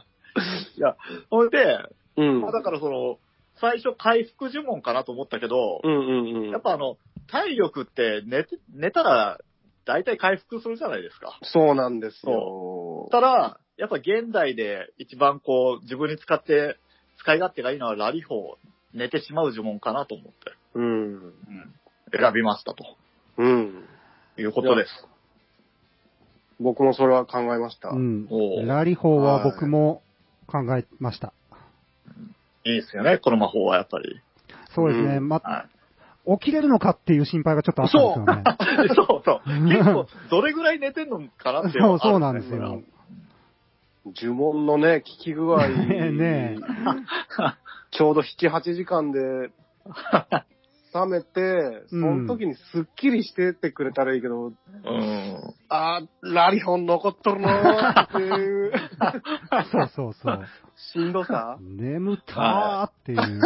S1: ほいで、
S3: うん。
S1: まあだからその、最初回復呪文かなと思ったけど、
S3: うんうんうん。
S1: やっぱあの、体力って寝て、寝たら大体回復するじゃないですか。
S3: そうなんですよ。
S5: そ
S1: ただ、やっぱ現代で一番こう、自分に使って、使い勝手がいいのはラリ法、寝てしまう呪文かなと思って、
S3: うん。
S1: 選びましたと
S3: うん。
S1: いうことです。
S3: 僕もそれは考えました。
S2: うん
S1: お。う
S2: ラリ法は僕も考えました。
S1: いいですよね、この魔法はやっぱり。
S2: そうですね。
S3: う
S2: ま、
S1: は
S2: 起きれるのかっていう心配がちょっとあったんですよね。
S1: い、そうそう。結構、どれぐらい寝てんのかなっていうのは
S2: そうそう
S1: あ
S2: な
S1: る
S2: んです
S1: よ
S2: よ。
S3: 呪文のね、聞き具合。
S2: ねえねえ
S3: ちょうど7、8時間で、冷めて、その時にスッキリしてってくれたらいいけど、
S1: うん。
S3: あー、ラリホン残っとるなーっていう、
S2: そうそうそう。
S3: しんどさ
S2: 眠たーっていう。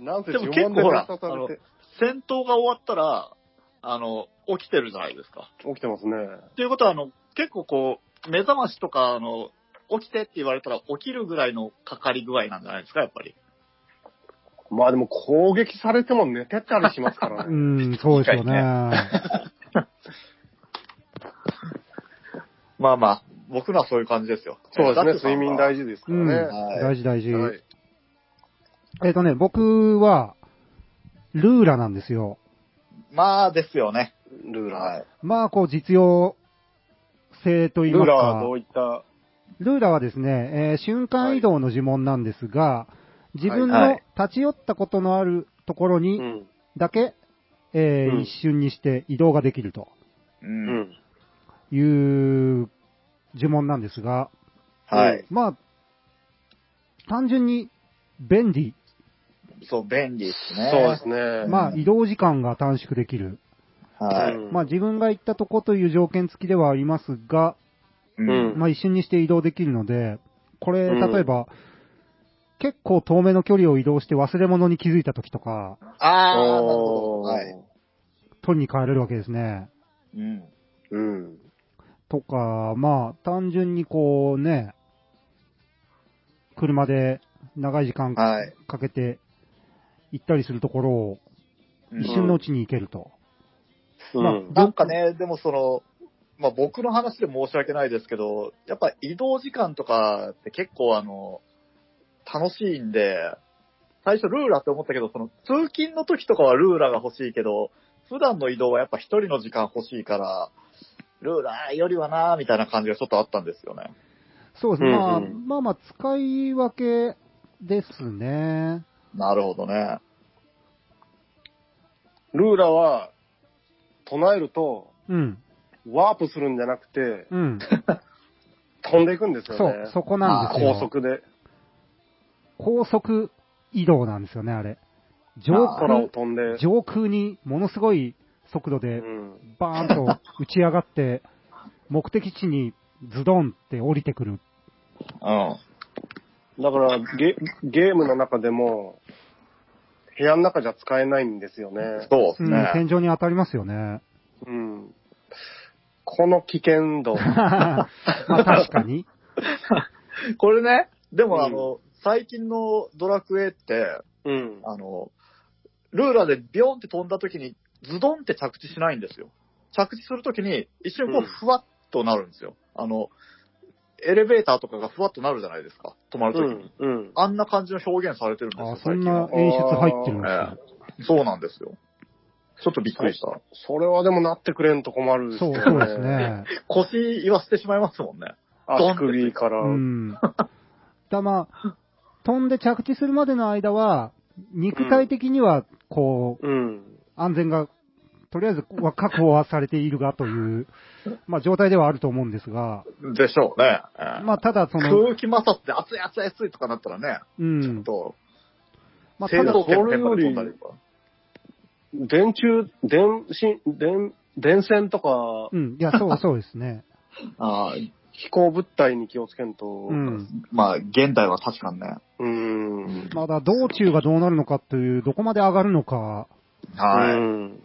S3: なんせ
S1: でも
S3: 呪
S1: 結
S3: 文で
S1: 構ほら
S3: 刺されて、
S1: 戦闘が終わったら、あの、起きてるじゃないですか。
S3: 起きてますね。
S1: っていうことは、あの、結構こう、目覚ましとか、あの、起きてって言われたら起きるぐらいのかかり具合なんじゃないですか、やっぱり。
S3: まあでも攻撃されても寝てたりしますから
S2: う
S3: ね。
S2: ん、そうですよね。
S1: まあまあ、僕らはそういう感じですよ。
S3: そう
S1: ダッ
S3: で
S1: ク
S3: す
S1: さ
S3: ね、
S1: んは
S3: 睡眠大事ですか
S2: うん、
S3: らね。
S1: はい
S2: 大事大事。
S3: はい。
S2: えっ、とね、僕は、ルーラなんですよ。
S1: まあですよね。
S3: ルーラ
S1: い。
S2: まあ、こう、実用性と
S3: ー。
S2: いい
S3: ル
S2: ま
S3: ー
S2: す
S3: ラーは
S2: か
S3: ど、ういった、
S2: ルーラはですね、えー瞬間移動の呪文なんですが、自分
S1: は
S2: の
S1: い
S2: 立ち寄ったことのあるところ
S3: う
S2: に
S3: ん。
S2: だけ、えー
S3: うん
S2: 一瞬にして移動ができると
S1: う。
S3: うんん。
S2: いう呪文なんですが、
S1: はい。
S2: まあ、単純に便利。
S1: そう、便利ですね。
S3: そうですね。
S2: まあ、移動時間が短縮できる。
S1: は
S3: う
S1: い。
S3: ん
S2: まあ、自分が行ったとこという条件付きではありますが、
S1: う
S3: うん
S2: まあ、一瞬にして移動できるので、これ、
S3: うん
S2: 例えば、結構遠目の距離を移動して忘れ物に気づいた時とか、
S1: ああ、なるほど。
S3: おー
S1: はい。
S2: 取りに帰れるわけですね。
S1: うん。
S3: うん。
S2: とか、まあ、単純にこうね、車で長い時間か
S1: はい。
S2: けて行ったりするところを
S1: うん
S2: 一瞬のうちに行けると。まあ
S3: うん
S1: なんかね、でもその、まあ、僕の話で申し訳ないですけど、やっぱ移動時間とかって結構あの、楽しいんで、最初ルーラーって思ったけど、その通勤の時とかはルーラーが欲しいけど、普段の移動はやっぱ一人の時間欲しいから、ルーラーよりはなーみたいな感じがちょっとあったんですよね。
S2: そうですね。まあ、
S3: うんうん
S2: まあまあ、使い分けですね。
S1: なるほどね。
S3: ルーラーは、唱えると、
S2: うん。
S3: ワープするんじゃなくて、
S2: うん。
S3: 飛んでいくんですよ
S2: そ
S3: ね
S2: う、。そこなんですよ。
S3: 高速で。
S2: 高速移動なんですよね、あれ。上
S3: 空を
S2: 空、
S3: 飛んで。
S2: 上空にものすごい速度
S3: う
S2: で
S3: ん。
S2: バーンと打ち上がって、目的地にズドンって降りてくる。
S1: うん。
S3: だからゲ、ゲームの中でも、部屋の中じゃ使えないんですよね。
S1: そうです
S2: うん、
S1: ね。
S2: 天井に当たりますよね。
S3: うん。この危険度。
S2: まあ確かに。
S1: これね、で
S3: う
S1: も
S3: ん
S1: あの、最近のドラクエって、
S3: うん。
S1: あの、ルーラーでビョンって飛んだ時に、ズドンって着地しないんですよ。着地するときに、一瞬こ
S3: うん
S1: う、ふわっとなるんですよ。あの、エレベーターとかがふわっとなるじゃないですか。止まる
S3: う
S1: ときに。
S3: ん。うん。
S1: あんな感じの表現されてるんです
S2: あ
S1: よ、
S2: そ
S1: 最
S2: ん
S1: 近
S2: な
S1: は。
S2: 演出入ってるんですよ
S1: え。えそうなんですよ。ちょっとびっくりした。
S3: それはでもなってくれんと困るです
S2: そ
S3: よ
S2: う、
S3: ね。
S2: そうです。ね。
S1: 腰言わせてしまいますもんね。
S3: 足首から。
S2: うん。だまあ、飛んで着地するまでの間は、肉体的には、こう、
S3: うん。
S2: 安全が、とりあえずは 確保はされているがという、まあ状態ではあると思うんですが、
S1: でしょうね。ええ
S2: まあただその、
S1: 空気摩擦で熱い熱い熱いとかなったらね、
S2: う
S1: ちょっ
S2: ん、
S1: と、
S2: まあ
S1: 制
S2: ただ
S1: 動、圏の天まで飛んだりとか。
S3: 電柱、電信、電、電線とか
S2: う、ん、いや、そう、そうです ね。
S1: ああ、
S3: 飛行物体に気をつけんと
S2: う、ん。
S1: まあ、現代は確かにね。
S3: うん。
S2: まだ道中がどうなるのかという、どこまで上がるのか、
S1: はい。
S3: うん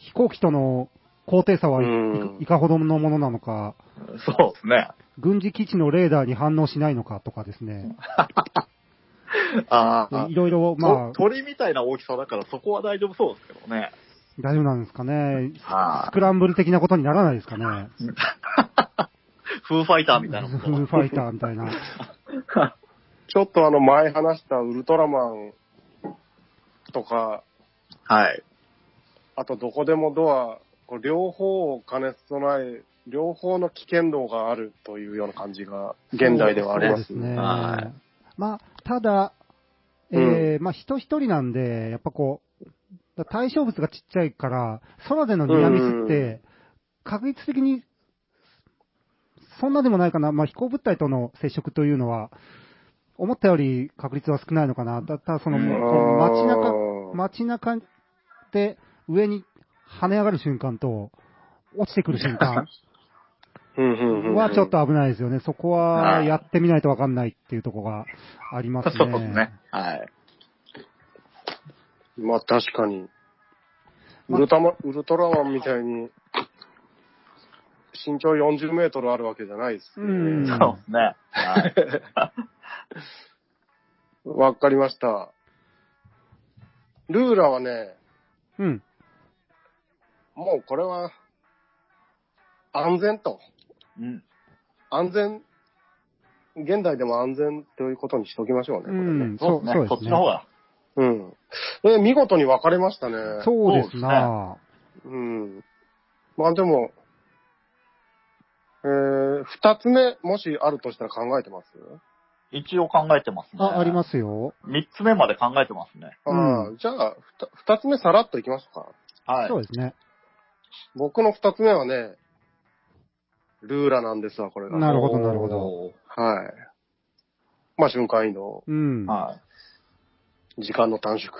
S2: 飛行機との高低差はい
S3: うん
S2: いいかほどのものなのか、
S1: そうですね。
S2: 軍事基地のレーダーに反応しないのかとかですね、
S1: ああ、
S2: いろいろ、まあ
S1: と、鳥みたいな大きさだからそこは大丈夫そうですけどね。
S2: 大丈夫なんですかね
S1: は
S2: スクランブル的なことにならないですかね
S1: フーファイターみ
S2: フ
S1: たいなこ
S2: ーファイターみたいな。
S1: と。
S3: ちょっとあの前話したウルトラマンとか、
S1: はい。
S3: あとどこでもドア、こう両方を兼ね備え、両方の危険度があるというような感じが、現代ではありま
S2: そ
S3: す
S2: うですね。
S1: は
S2: まあ、ただ、えー、まあ人一人なんで、やっぱこう、だ対象物がちっちゃいから、空でのニアミスって、確率的に、そんなでもないかな。まあ飛行物体との接触というのは、思ったより確率は少ないのかな。だったらその、
S1: うん
S2: この街中街中って上に跳ね上がる瞬間と、落ちてくる瞬間はちょっと危ないですよね。そこは
S1: はい
S2: やってみないとわかんないっていうところがありますね。
S1: そうですね。はい。
S3: まあ確かに。ウ
S2: ま
S3: ルタマウルトラマンみたいに、身長40メートルあるわけじゃないで
S2: う
S3: すよね、
S2: ん。
S1: そうですね。はい。
S3: わかりました。ルーラはね、
S2: うん。
S3: もうこれは、安全と。
S1: うん。
S3: 安全、現代でも安全ということにしておきましょうね。こ
S2: う
S3: れね
S2: ん。
S1: そ
S2: そうう
S1: ですね。
S2: そ
S1: こ
S2: う
S1: っ
S2: で
S1: ち
S2: す
S1: の方
S2: ね。
S1: が。
S3: うん。え、見事に分かれましたね。
S2: そうですな
S3: うん。まあでも、えー、二つ目、もしあるとしたら考えてます
S1: 一応考えてますね。。
S2: あ、ありますすよ。
S1: 三つ目まで考えてますね。
S3: ああ、
S2: う
S3: じゃあ、ふた二つ目さらっといきましょうか。
S1: はい。
S2: そうですね。
S3: 僕の二つ目はね、ルーラなんですわ、これが。
S2: なるほどなるほど
S1: お
S3: はい。まあ、瞬間移動、
S2: うん
S1: ー。。は
S3: 時間の短縮。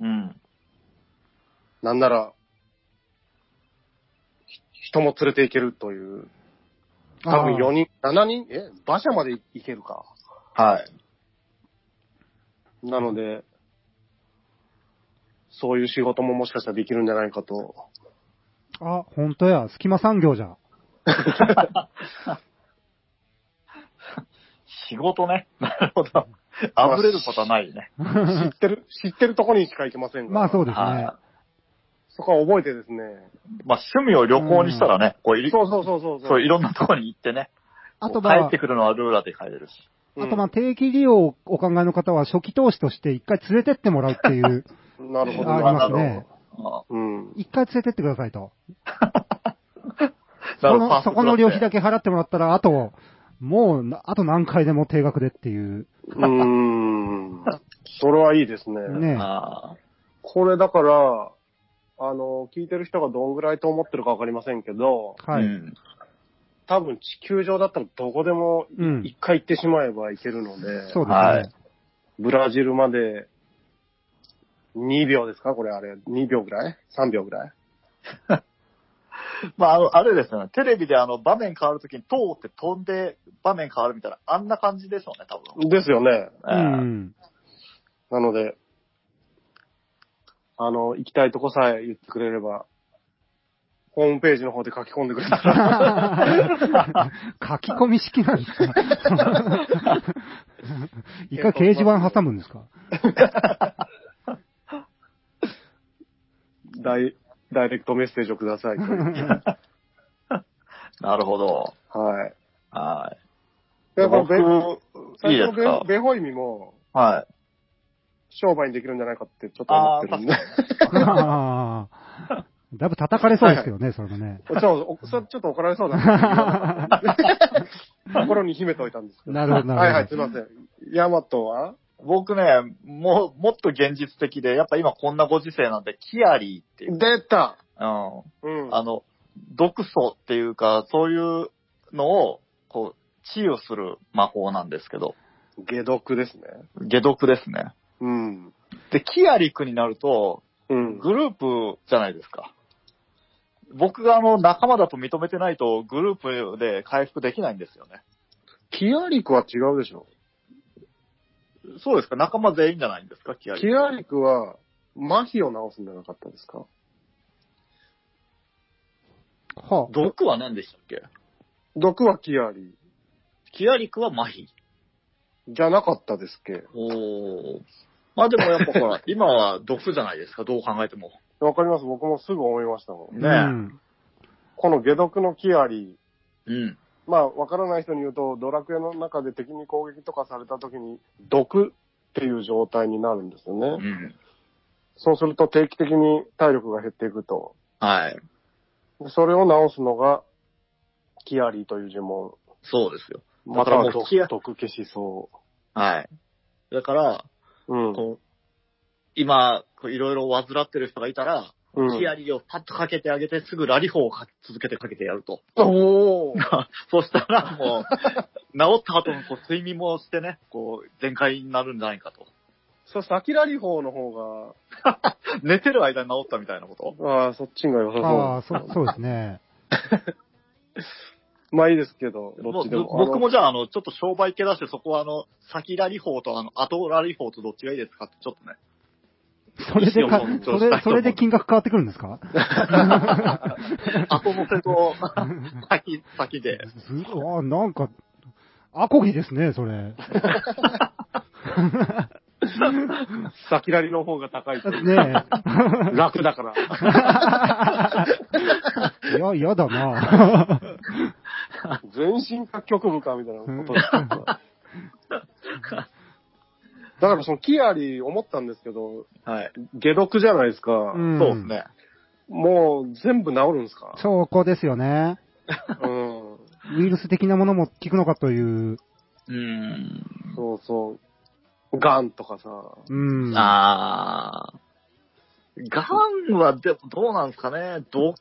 S1: い。うん。
S3: なんなら、ひ人も連れて行けるという。多分4
S2: 人。
S3: 人、7人え馬車まで行けるか。
S1: はい。
S3: なので、そういう仕事ももしかしたらできるんじゃない かと。
S2: あ、本当や。隙間産業じゃ。
S1: 仕事ね。 なるほど。あぶれることはないね。
S3: 知ってる、知ってるとこにしか行けませんが。。
S2: まあそううですね。
S3: そこは覚えてですね。
S1: まあ趣味を旅行にしたらね、こうい
S3: そうそうそうそう。
S1: そういろんなところに行ってね、
S2: あと
S1: 帰
S2: まあ
S1: って、くるのはルーラで帰れるし。
S3: うん
S2: あとまあ定期利用をお考えの方は初期投資として一回連れてってもらうっていう、
S3: なるほど。
S2: ありますね。
S1: あ
S3: うん。
S2: 一回連れてってくださいと。
S1: な
S2: そ
S1: るほど
S2: の、そこの旅費だけ払ってもらったら、あと、もうな、あと何回でも定額でっていう。
S3: うーん。それはいいですね。
S2: ね。
S1: ああ
S3: これだから、あの、聞いてる人がどんぐらいと思ってるかわかりませんけど、
S2: は
S1: う
S2: い。
S1: ん
S3: 多分地球上だったらどこでも
S2: うん
S3: 一。回行ってしまえば行けるので、
S2: そうですね。
S1: はい
S3: ブラジルまで2秒ですかこれあれ、2秒ぐらい ?3 秒ぐらい
S1: まあ、あの、あれですよね。テレビであの、場面変わるときに、通って飛んで場面変わるみたいな、あんな感じでしょうね、多分。
S3: ですよね。
S2: う
S1: ええ
S2: ん。
S3: なので、あの、行きたいとこさえ言ってくれれば、ホームページの方で書き込んでくれたら、
S2: 書き込み式な んですか一回掲示板挟むんです か
S3: ダイダイレクトメッセージをく ださいという。
S1: なるほど。
S3: はい。
S1: はい。
S3: でこの
S1: 僕
S3: ベ、
S1: い
S3: 最
S1: いで
S3: 初
S1: す
S3: のベ
S1: か
S3: ベホイミも
S1: はい。
S3: 商売にできるんじゃないかってちょっと思ってるんで。
S2: あーだいぶ叩かれそうですけどね、それもね。
S3: そう、おそれちょっと怒られそうなん で、心に秘めておいたんですけど。
S2: なるほど、
S3: はい
S2: な
S3: は
S2: るほ
S3: い、すい
S2: ど。
S3: ません。ヤマトは
S1: 僕ね、もう、もっと現実的で、やっぱ今こんなご時世なんで、キアリーっていう、
S3: 出た
S1: うん。
S3: うん。
S1: あの、毒素っていうか、そういうのを、こう、治癒する魔法なんですけど、
S3: 解毒ですね。
S1: 解毒ですね。
S3: うん。
S1: で、キアリクになると、
S3: うん。
S1: グループじゃないですか。僕があの、仲間だと認めてないと、グループで回復できないんですよね。
S3: キアリクは違うでしょ。
S1: そうですか仲間全員じゃないんですかキアリク。
S3: キアリクは、麻痺を治すんじゃなかったですか
S2: は
S1: 毒は何でしたっけ
S3: 毒はキアリ
S1: キアリクは麻痺。
S3: じゃなかったですっけ
S1: おー。まあでもやっぱほら、今は毒じゃないですか、どう考えても。
S3: わかります。僕もすぐ思いましたもん。
S1: ねえ
S2: うん
S3: この解毒の木あり、
S1: うん。
S3: まあ、わからない人に言うと、ドラクエの中で敵に攻撃とかされた時に、毒っていう状態になるんですよね。
S1: うん。
S3: そうすると定期的に体力が減っていくと。
S1: はい。
S3: でそれを直すのが、キアリという呪文。
S1: そうですよ。
S3: また
S1: だからも
S3: は
S1: う
S3: 毒
S1: キア
S3: 毒消しそ
S1: はい。だから、
S3: う。うん。
S1: こう、今、こういろいろ患ってる人がいたら、
S3: うん
S1: ヒアリをパッとかけてあげて、すぐラリフォーをか続けてかけてやると。
S3: おー
S1: そしたら もう、治った後のこう睡眠もしてね、こう、全開になるんじゃないかと。
S3: それ先ラリ法の方
S1: 寝てる間に治ったみたいなこと
S3: が、ああ、そっちが良さ
S2: ああ、
S3: そ。
S2: そうう、そうですね。
S3: まあいいですけど、どっちでも。
S1: ぼ僕もじゃあ、あの、ちょっと商売系出して、そこはあの、先ラリフォーとあの、後ラリフォーとどっちがいいですかって、ちょっとね。
S2: それでか
S1: いいっ、す
S2: そ
S1: よもう
S2: れ、それで金額変わってくるんですか
S1: 後乗せと、先、先で。
S2: すあ、なんか、アコギですね、それ。
S3: あの先ラリの方が 高いという
S2: ね
S3: 楽だから。
S2: え。いや、嫌だ な
S3: 全身各局部か、みたいなことですよだからそのキアリ思ったんですけど、
S1: はい。
S3: 解毒じゃないですか。
S2: うん
S1: そうですね。
S3: もう全部治るんですか
S2: そう、こうですよね。
S3: うん。
S2: ウイルス的なものも効くのかという。
S1: うー
S3: そうそう。ガンとかさ。
S2: うん。
S1: ん。あー。ガンはでもどうなんですかね。毒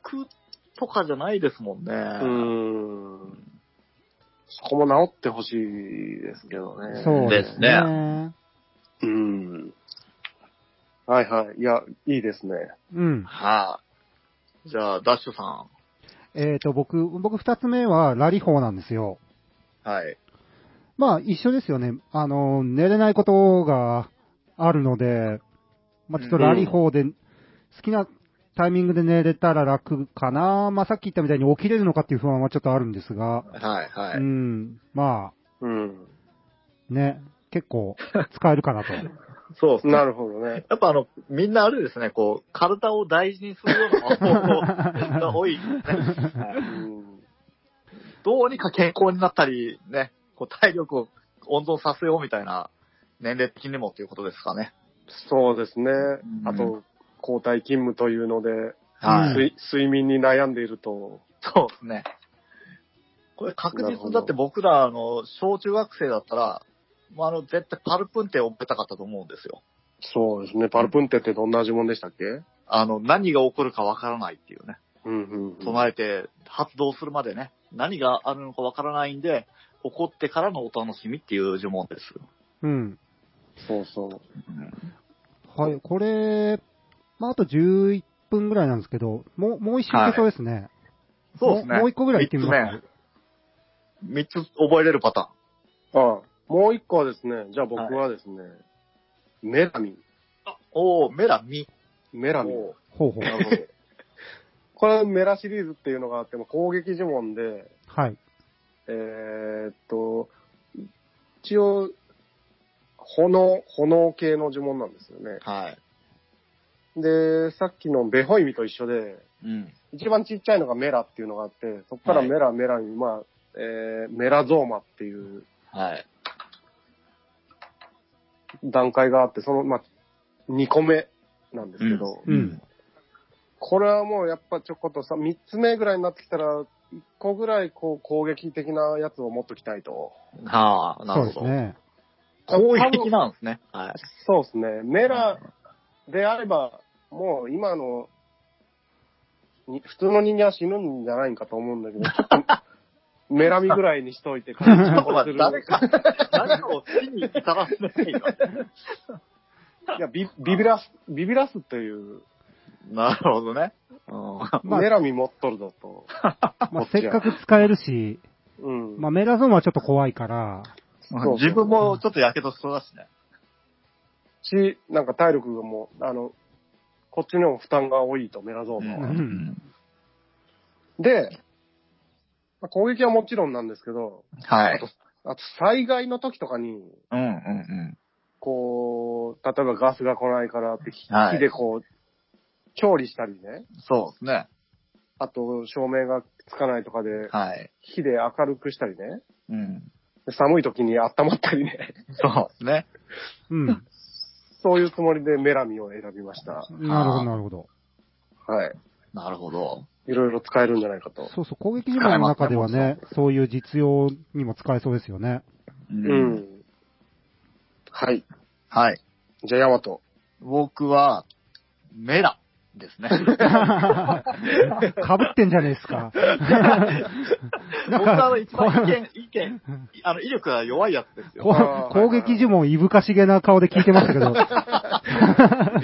S1: とかじゃないですもんね。
S3: うん。そこも治ってほしいですけどね。
S2: そうですね。
S3: うん。はいはい。いや、いいですね。
S2: うん。
S1: はい。じゃあ、ダッシュさ
S2: えっ、と、僕、僕二つ目はラリ法なんですよ。
S1: ん。はい。
S2: まあ、一緒ですよね。あの、寝れないことがあるので、まあ、ちょっとラリ法で、好きなタイミングで寝れたら楽かな。まあ、さっき言ったみたいに起きれるのかっていう不安はちょっとあるんですが、
S1: はい、は
S2: う
S1: い。
S2: ん。ま
S3: うん。
S2: あ、ね、結構使える かなと。
S1: そうですね。
S3: なるほどね。
S1: やっぱあの、みんなあれですね、こう、体を大事にするような方法 が多い、ね。
S3: う
S1: はい
S3: ん。
S1: どうにか健康になったり、ね、こう体力を温存させようみたいな、年齢的にもということですかね。
S3: そうですね。
S1: ん
S3: あと、交代勤務というので、
S1: はい。
S2: うん
S3: 睡睡眠に悩んでいると。
S1: そうですね。これ確
S3: なるほ
S1: 実
S3: ど
S1: だって僕ら、あの、小中学生だったら、もうあの、絶対パルプンテを覚えたかったと思うんですよ。
S3: そうですね。パルプンテってどんな呪文でしたっけ
S1: あの、何が起こるかわからないっていうね。
S3: うんうん、うん。
S1: 備えて発動するまでね、何があるのかわからないんで、起こってからのお楽しみっていう呪文ですよ。
S2: うん。
S3: そうそう。
S2: はい、これ、まあ、あと11分ぐらいなんですけど、もう、もう一周いけそうですね。
S1: そうですね。
S2: もうもう一個ぐらい行ってみます
S1: 三つ目。三つ覚えれるパタ
S3: ああもう一個はですね、じゃあ僕はですね、メラミン。
S1: ーン。おー、メラミ。
S3: メラミン。
S1: おー
S2: ほうほう。
S1: なるほど。
S3: これメラシリーズっていうのがあっても攻撃呪文で、
S2: はい。
S3: えーっと、一応、炎、炎系の呪文なんですよね。
S1: はい。
S3: で、さっきのベホイミと一緒で、
S1: うん。
S3: 一番ちっちゃいのがメラっていうのがあって、そこからメラ、メラミン、まあ、えーメラゾーマっていう
S1: はい。
S3: 段階があって、その、まあ、2個目なんですけど、
S2: うんうん。
S3: これはもうやっぱちょこっとさ、3つ目ぐらいになってきたら、1個ぐらいこう攻撃的なやつを持っときたいと。
S1: はあ、な
S2: そう
S1: る
S2: です
S1: ほど。
S2: ね。
S1: 攻撃的なんですね。はい。
S3: そうですね。メラであれば、もう今の、に普通の人間は死ぬんじゃないかと思うんだけど、ちょっとメラミぐらいにしといて、こう
S1: ちょっと
S3: す
S1: 待っ
S3: る
S1: て誰か、誰かを死に至らせないよ。
S3: いやビ、ビビらす、ビビらすという、
S1: なるほどね。うん
S2: まあ
S3: メラミ持っとるぞと。
S2: まあ
S3: こ、っちは
S2: せっかく使えるし、
S3: うん。
S2: まあ、メラゾーンはちょっと怖いから、
S3: そう
S1: 自分もちょっとやけどしそうだしね。
S3: し、なんか体力がもう、あの、こっちの負担が多いと、メラゾーンは。
S2: ん
S3: で、まあ攻撃はもちろんなんですけど、
S1: は
S3: あと。あと災害の時とかに、
S1: うんうんうん。
S3: こう、例えばガスが来ないからって、
S1: はい
S3: 火でこう、調理したりね。
S6: そうですね。
S3: あと、照明がつかないとかで、
S6: はい。
S3: 火で明るくしたりね。
S6: うん。
S3: で寒い時に温まったりね。
S6: そうですね。
S2: うん。
S3: そういうつもりでメラミを選びました。
S2: なるほど、なるほど。
S3: はい。
S6: なるほど。
S3: いろいろ使えるんじゃないかと。
S2: そうそう、攻撃部門の中ではね、そういう実用にも使えそうですよ ね。
S6: う
S3: うんん。はい。
S6: はい。
S3: じゃあ、ヤマト。
S6: 僕は、メラですね。
S2: かぶってんじゃねえですか。なん
S1: 僕はあ
S2: か
S1: の、一番意見、意見、あの、威力が弱いやつですよ。
S2: こ
S3: あー
S2: 攻撃呪文、いぶかしげな顔で聞いてましたけど。
S3: びっ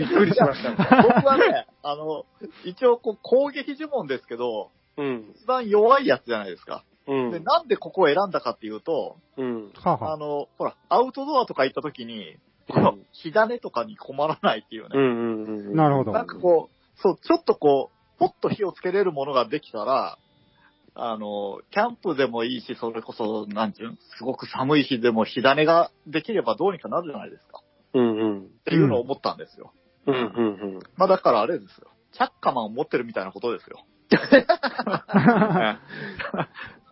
S3: くりしま した。
S1: 僕はね、あの、一応こう攻撃呪文ですけど、
S3: うん。
S1: 一番弱いやつじゃないですか。
S3: う
S1: で、
S3: ん。
S1: なんでここを選んだかっていうと、
S3: うん。
S2: はあは
S1: あ
S2: あ、
S1: の、ほら、アウトドアとか行った時に、この火種とかに困らないっていう
S3: う
S1: ね。
S3: んうんうん。
S2: なるほど
S1: なんかこう、そう、ちょっとこう、ポッと火をつけれるものができたら、あの、キャンプでもいいし、それこそ、なんていうん、すごく寒い日でも火種ができればどうにかなるじゃないですか。
S3: うんうん。
S1: っていうのを思ったんですよ。
S3: うんうんうん。
S1: まあだからあれですよ。チャッカマンを持ってるみたいなことです よ。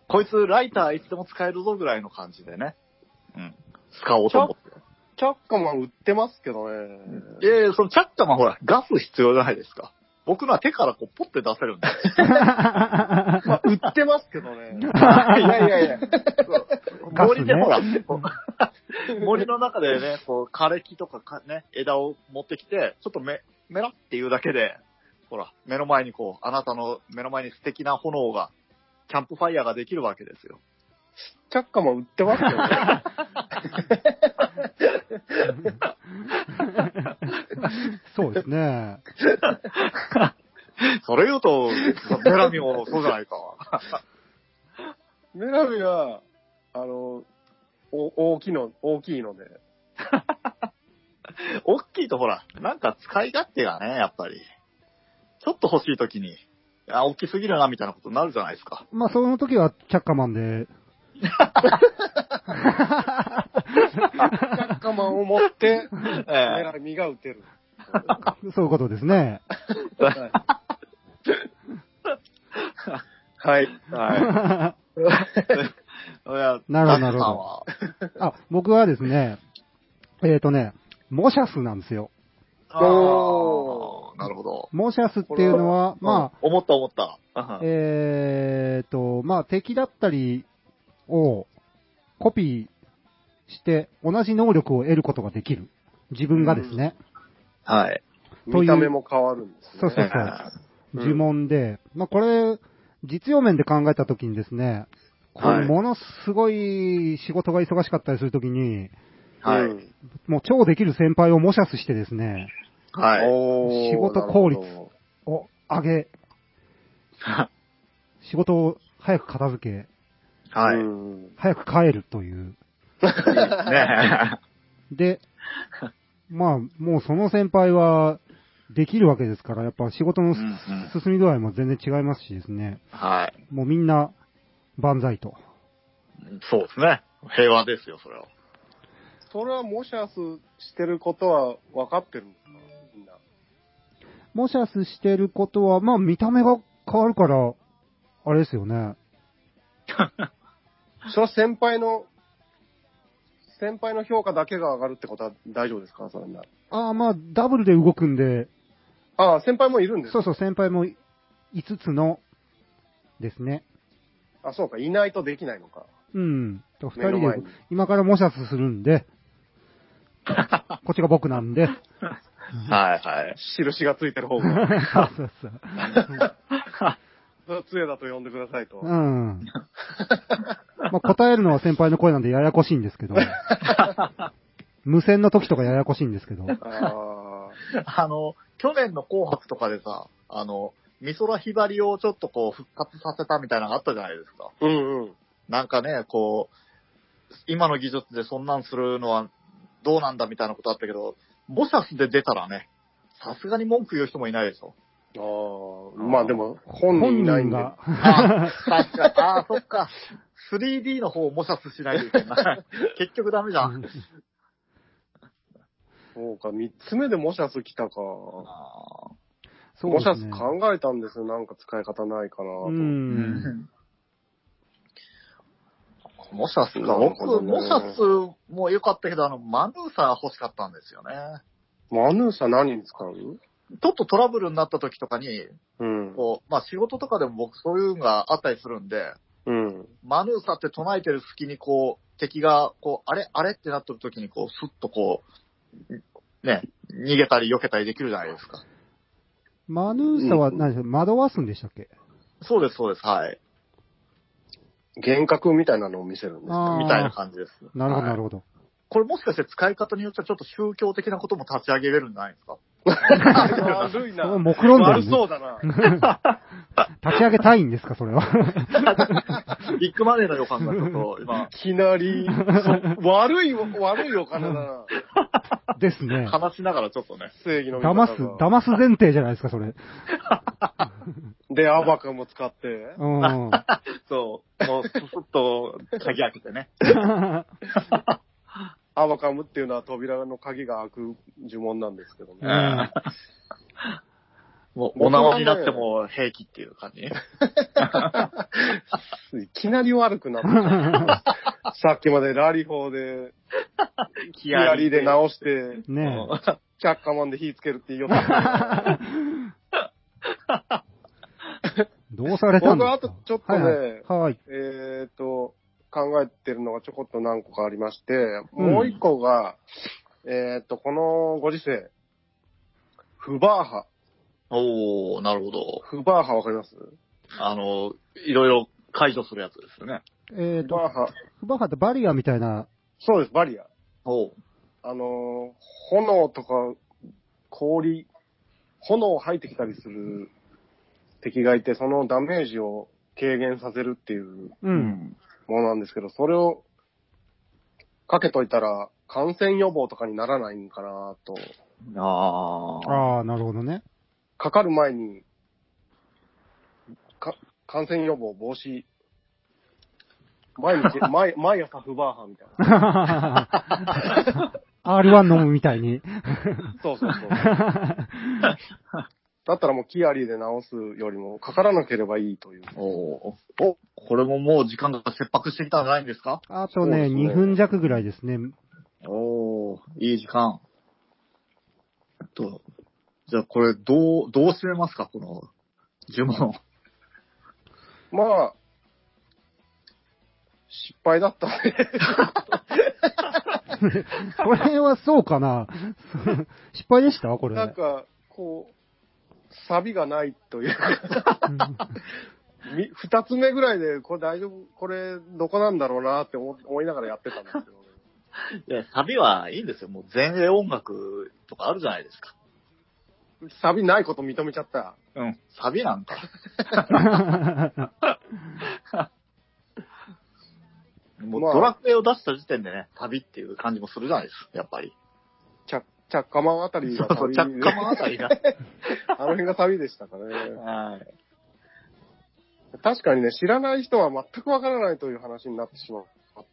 S1: こいつライターいつでも使えるぞぐらいの感じでね。うん。使おうと思って。
S3: チャッカマン売ってますけどね。
S1: いやいやそのチャッカマンほら、ガス必要じゃないですか。僕のは手からこう、ポッて出せるんで。
S3: まあ、売ってますけど ね。いやいやいや。
S2: ガスね
S1: 森でほら、こ う森の中でね、こう、枯れ木とかかね、枝を持ってきて、ちょっとめ、めらっていうだけで、ほら、目の前にこう、あなたの目の前に素敵な炎が、キャンプファイヤーができるわけですよ。
S3: チャッカマン売ってますけどね。
S2: そうですね。
S1: それ言うと、メラミもそうじゃない か。
S3: メラミは、あの、お大きいの、大きいので。
S1: 大きいとほら、なんか使い勝手がね、やっぱり。ちょっと欲しい時に、あ、大きすぎるな、みたいなことになるじゃないですか。
S2: まあ、その時は、チャッカマンで、
S3: チャッカマンを持って、
S1: ええ
S3: メラミが打てる。
S2: そういうことですね。
S3: はい。
S1: はい。
S2: なるほどなるほど
S1: ど。
S2: あ、僕はですね、えっ、とね、モシャスなんですよ。
S1: おーなるほど。
S2: モシャスっていうのは、まあ、
S1: うん思った思った。
S2: えっ、と、まあ、敵だったりをコピーして、同じ能力を得ることができる。自分がですね。
S1: はい。
S2: という
S3: 見た目も変わるんです、ね。
S2: そうそうそう
S3: うん
S2: 呪文で、まあ、これ、実用面で考えたときにですね、こ
S1: は
S2: れ
S1: い
S2: ものすごい仕事が忙しかったりするときに、
S1: はい。
S3: うん
S2: もう超できる先輩を模写してですね、
S1: はい。
S3: おー
S2: 仕事効率
S3: なるほ
S2: を上げ、仕事を早く片付け、
S3: ど
S1: はい。
S3: う
S1: ね
S3: ん
S2: 早く帰るという。 で、まあ、もうその先輩は、できるわけですから、やっぱ仕事のす
S1: うんうん
S2: 進み具合も全然違いますしですね、
S1: はい。
S2: もうみんな、万歳と。
S1: そうですね。平和ですよ、それは。
S3: それはモシャスしてることは分かってるんですかみんな。
S2: 模写してることは、まあ見た目が変わるから、あれですよね。
S3: それは先輩の、先輩の評価だけが上がるってことは大丈夫ですかそんな。
S2: ああ、まあ、ダブルで動くんで、
S3: ああ、先輩もいるんです
S2: そうそう、先輩も5つの、ですね。
S3: あ、そうか。いないとできないのか。
S2: うん。と二
S3: 目の
S2: 人
S3: 前
S2: で
S3: に、
S2: 今から模写するん で、こっちが僕なんで。
S1: はい、はい。
S3: 印がついてる方
S2: そ
S3: が。
S2: うそうそう。
S3: それは杖だと呼んでくださいと
S2: う。ん。 まあ、答えるのは先輩の声なんでややこしいんです けど。無線の時とかややこしいんですけど。
S3: あ
S1: あの、去年の紅白とかでさ、あの、美空ひばりをちょっとこう復活させたみたいなのがあったじゃないですか。
S3: ーうんうん。
S1: なんかね、こう、今の技術でそんなんするのはどうなんだみたいなことあったけど、モサスで出たらね、さすがに文句言う人もいないでしょ。
S3: ああ、まあでも、本人いないんで。
S2: が。
S1: ああ、確かに。 ああ、そっか。3D の方を模写しないといけない。結局ダメじゃん。
S3: そうか、三つ目でモシャス来たか。
S1: あ
S2: そう
S3: も
S2: で
S3: しか
S2: す
S3: し
S2: ね
S3: て。考えたんですよ。なんか使い方ないかなと。
S2: うん。
S1: モシャス
S3: な
S1: か。
S3: るほど
S1: 僕、
S3: ね
S1: モシャスも良かったけど、あの、マヌーサー欲しかったんですよね。
S3: マヌーサ何に使う
S1: ちょっとトラブルになった時とかに、
S3: うん。
S1: こう、まあ仕事とかでも僕そういうのがあったりするんで、
S3: うん。
S1: マヌーサって唱えてる隙にこう、敵がこう、あれあれってなってる時にこう、スッとこう、ね、逃げたり避けたりできるじゃないですか。
S2: マヌーサは何でしょう、惑わすんでしたっけ
S1: そうです、そうです、はい。
S3: 幻覚みたいなのを見せるんです
S2: あー
S1: みたいな感じです。
S2: なるほど、な
S1: はい
S2: るほど。
S1: これもしかして使い方によってはちょっと宗教的なことも立ち上げれるんじゃない ですか
S3: 悪い
S2: それ
S3: な
S2: は。目論んで
S3: 悪
S2: るね
S3: そうだな。
S2: 立ち上げたいんですか、それ は。
S1: ビッグマネーの予感がちょっと今
S3: い、き なり、そ悪い、悪いお金だな。
S2: ですね。
S1: 話しながらちょっとね。
S3: 正義の味方が
S2: 騙す、騙す前提じゃないですか、それ。
S3: で、アバカも使って。
S2: うん。
S1: そう、もうスッと鍵開けてね。
S3: アバカムっていうのは扉の鍵が開く呪文なんですけど
S2: う
S3: ね。
S2: ん
S1: もう、お縄になっても平気っていう感じ。
S3: いきなり悪くな った。さっきまでラリ法で、ヒアリで直して、
S2: ねえ。
S3: キャッカマンで火つけるって言いよった け
S2: どうされたんですか
S3: 僕あとちょっと
S2: は
S3: ね
S2: いはい。はい。
S3: ど。えーっと、考えてるのがちょこっと何個かありまして、
S2: うん
S3: もう一個が、えーっと、このご時世、フバーハ。
S1: おおなるほど。
S3: フバーハわかります
S1: あの、いろいろ解除するやつですよね。
S2: えっ
S3: フ
S2: と、
S3: バーハ。
S2: フバハってバリアみたいな、
S3: そうです、バリア。
S1: おう
S3: あのー、炎とか氷、炎を吐いてきたりする敵がいて、そのダメージを軽減させるっていう
S2: う。。
S1: うん
S3: ものなんですけど、それをかけといたら感染予防とかにならないんかなと。
S1: ああ。
S2: ああ、なるほどね。
S3: かかる前に、か感染予防防止。毎日、毎毎朝フバーハみたい
S2: R1 飲むみたいに。
S3: な。そうそうそう。だったらもうキアリーで治すよりもかからなければいいという。
S1: おおおこれももう時間が切迫してきたんじゃないんですか
S2: あと
S3: そうで
S2: ね、
S3: すね
S2: 2分弱ぐらいですね。
S1: おおいい時間。えっと、じゃあこれどう、どう締めますかこの呪文。
S3: まあ、失敗だったね。
S2: これはそうか な失敗でしたこれ。
S3: なんか、こう、サビがないというか、
S2: うん
S3: み二つ目ぐらいで、これ大丈夫、これどこなんだろうなって思思いながらやってたんですけどね。
S1: いや、サビはいいんですよ。もう前衛音楽とかあるじゃないですか。
S3: サビないこと認めちゃった。
S1: うん。サビなんか。もう
S3: まあ
S1: ドラクエを出した時点でね、サビっていう感じもするじゃないですか、やっぱり。
S3: チャチャッカマンあたり
S1: そ
S3: が
S1: うそう、着火もあたりが。
S3: あの辺がサビでしたかね。
S1: はい。
S3: 確かにね、知らない人は全くわからないという話になってしまっ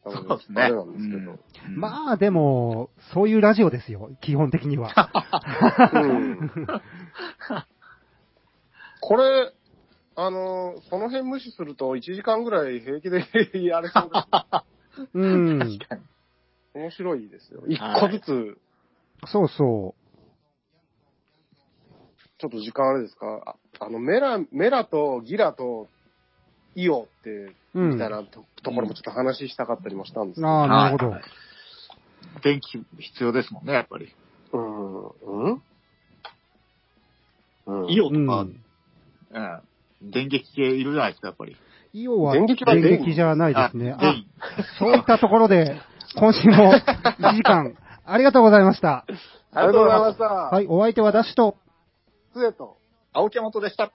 S3: た
S1: そ
S3: の
S1: う
S3: で
S1: で、すね。
S3: あれなんですけど。
S1: うん
S2: まあでも、そういうラジオですよ。基本的に は。
S3: うんこれ、あのー、その辺無視すると1時間ぐらい平気でやれそうで
S2: うん。
S3: す。面白いですよ。一個ずつ、
S2: そうそ
S3: ちょっと時間あれですかああの、メラ、メラとギラとイオって、
S2: う。うん。
S3: みたいなと,、ころもちょっと話したかったりもしたんですけど。
S2: ああ、なるほど。
S1: はい電気必要ですもんね、やっぱり。
S3: うん。うんうん
S1: イオと
S2: う
S1: か、
S2: ん。
S1: うん、電撃系いるじゃないですか、やっぱり。
S2: イオは
S3: 電
S2: 電
S3: 撃は電
S2: 撃じゃないですね。
S1: 電
S2: あ、そういったところで、今週 も1時間、ありがとうございました。
S3: ありがとうございました。
S2: は
S3: はい。
S2: い、お相手はダッシュと、
S3: つえと。
S1: 青木本でした。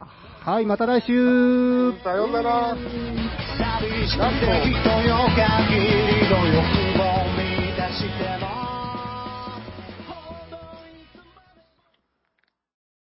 S2: はい、また来週
S3: さようなら。
S4: 寂しくて人よ限りの欲望を満たしても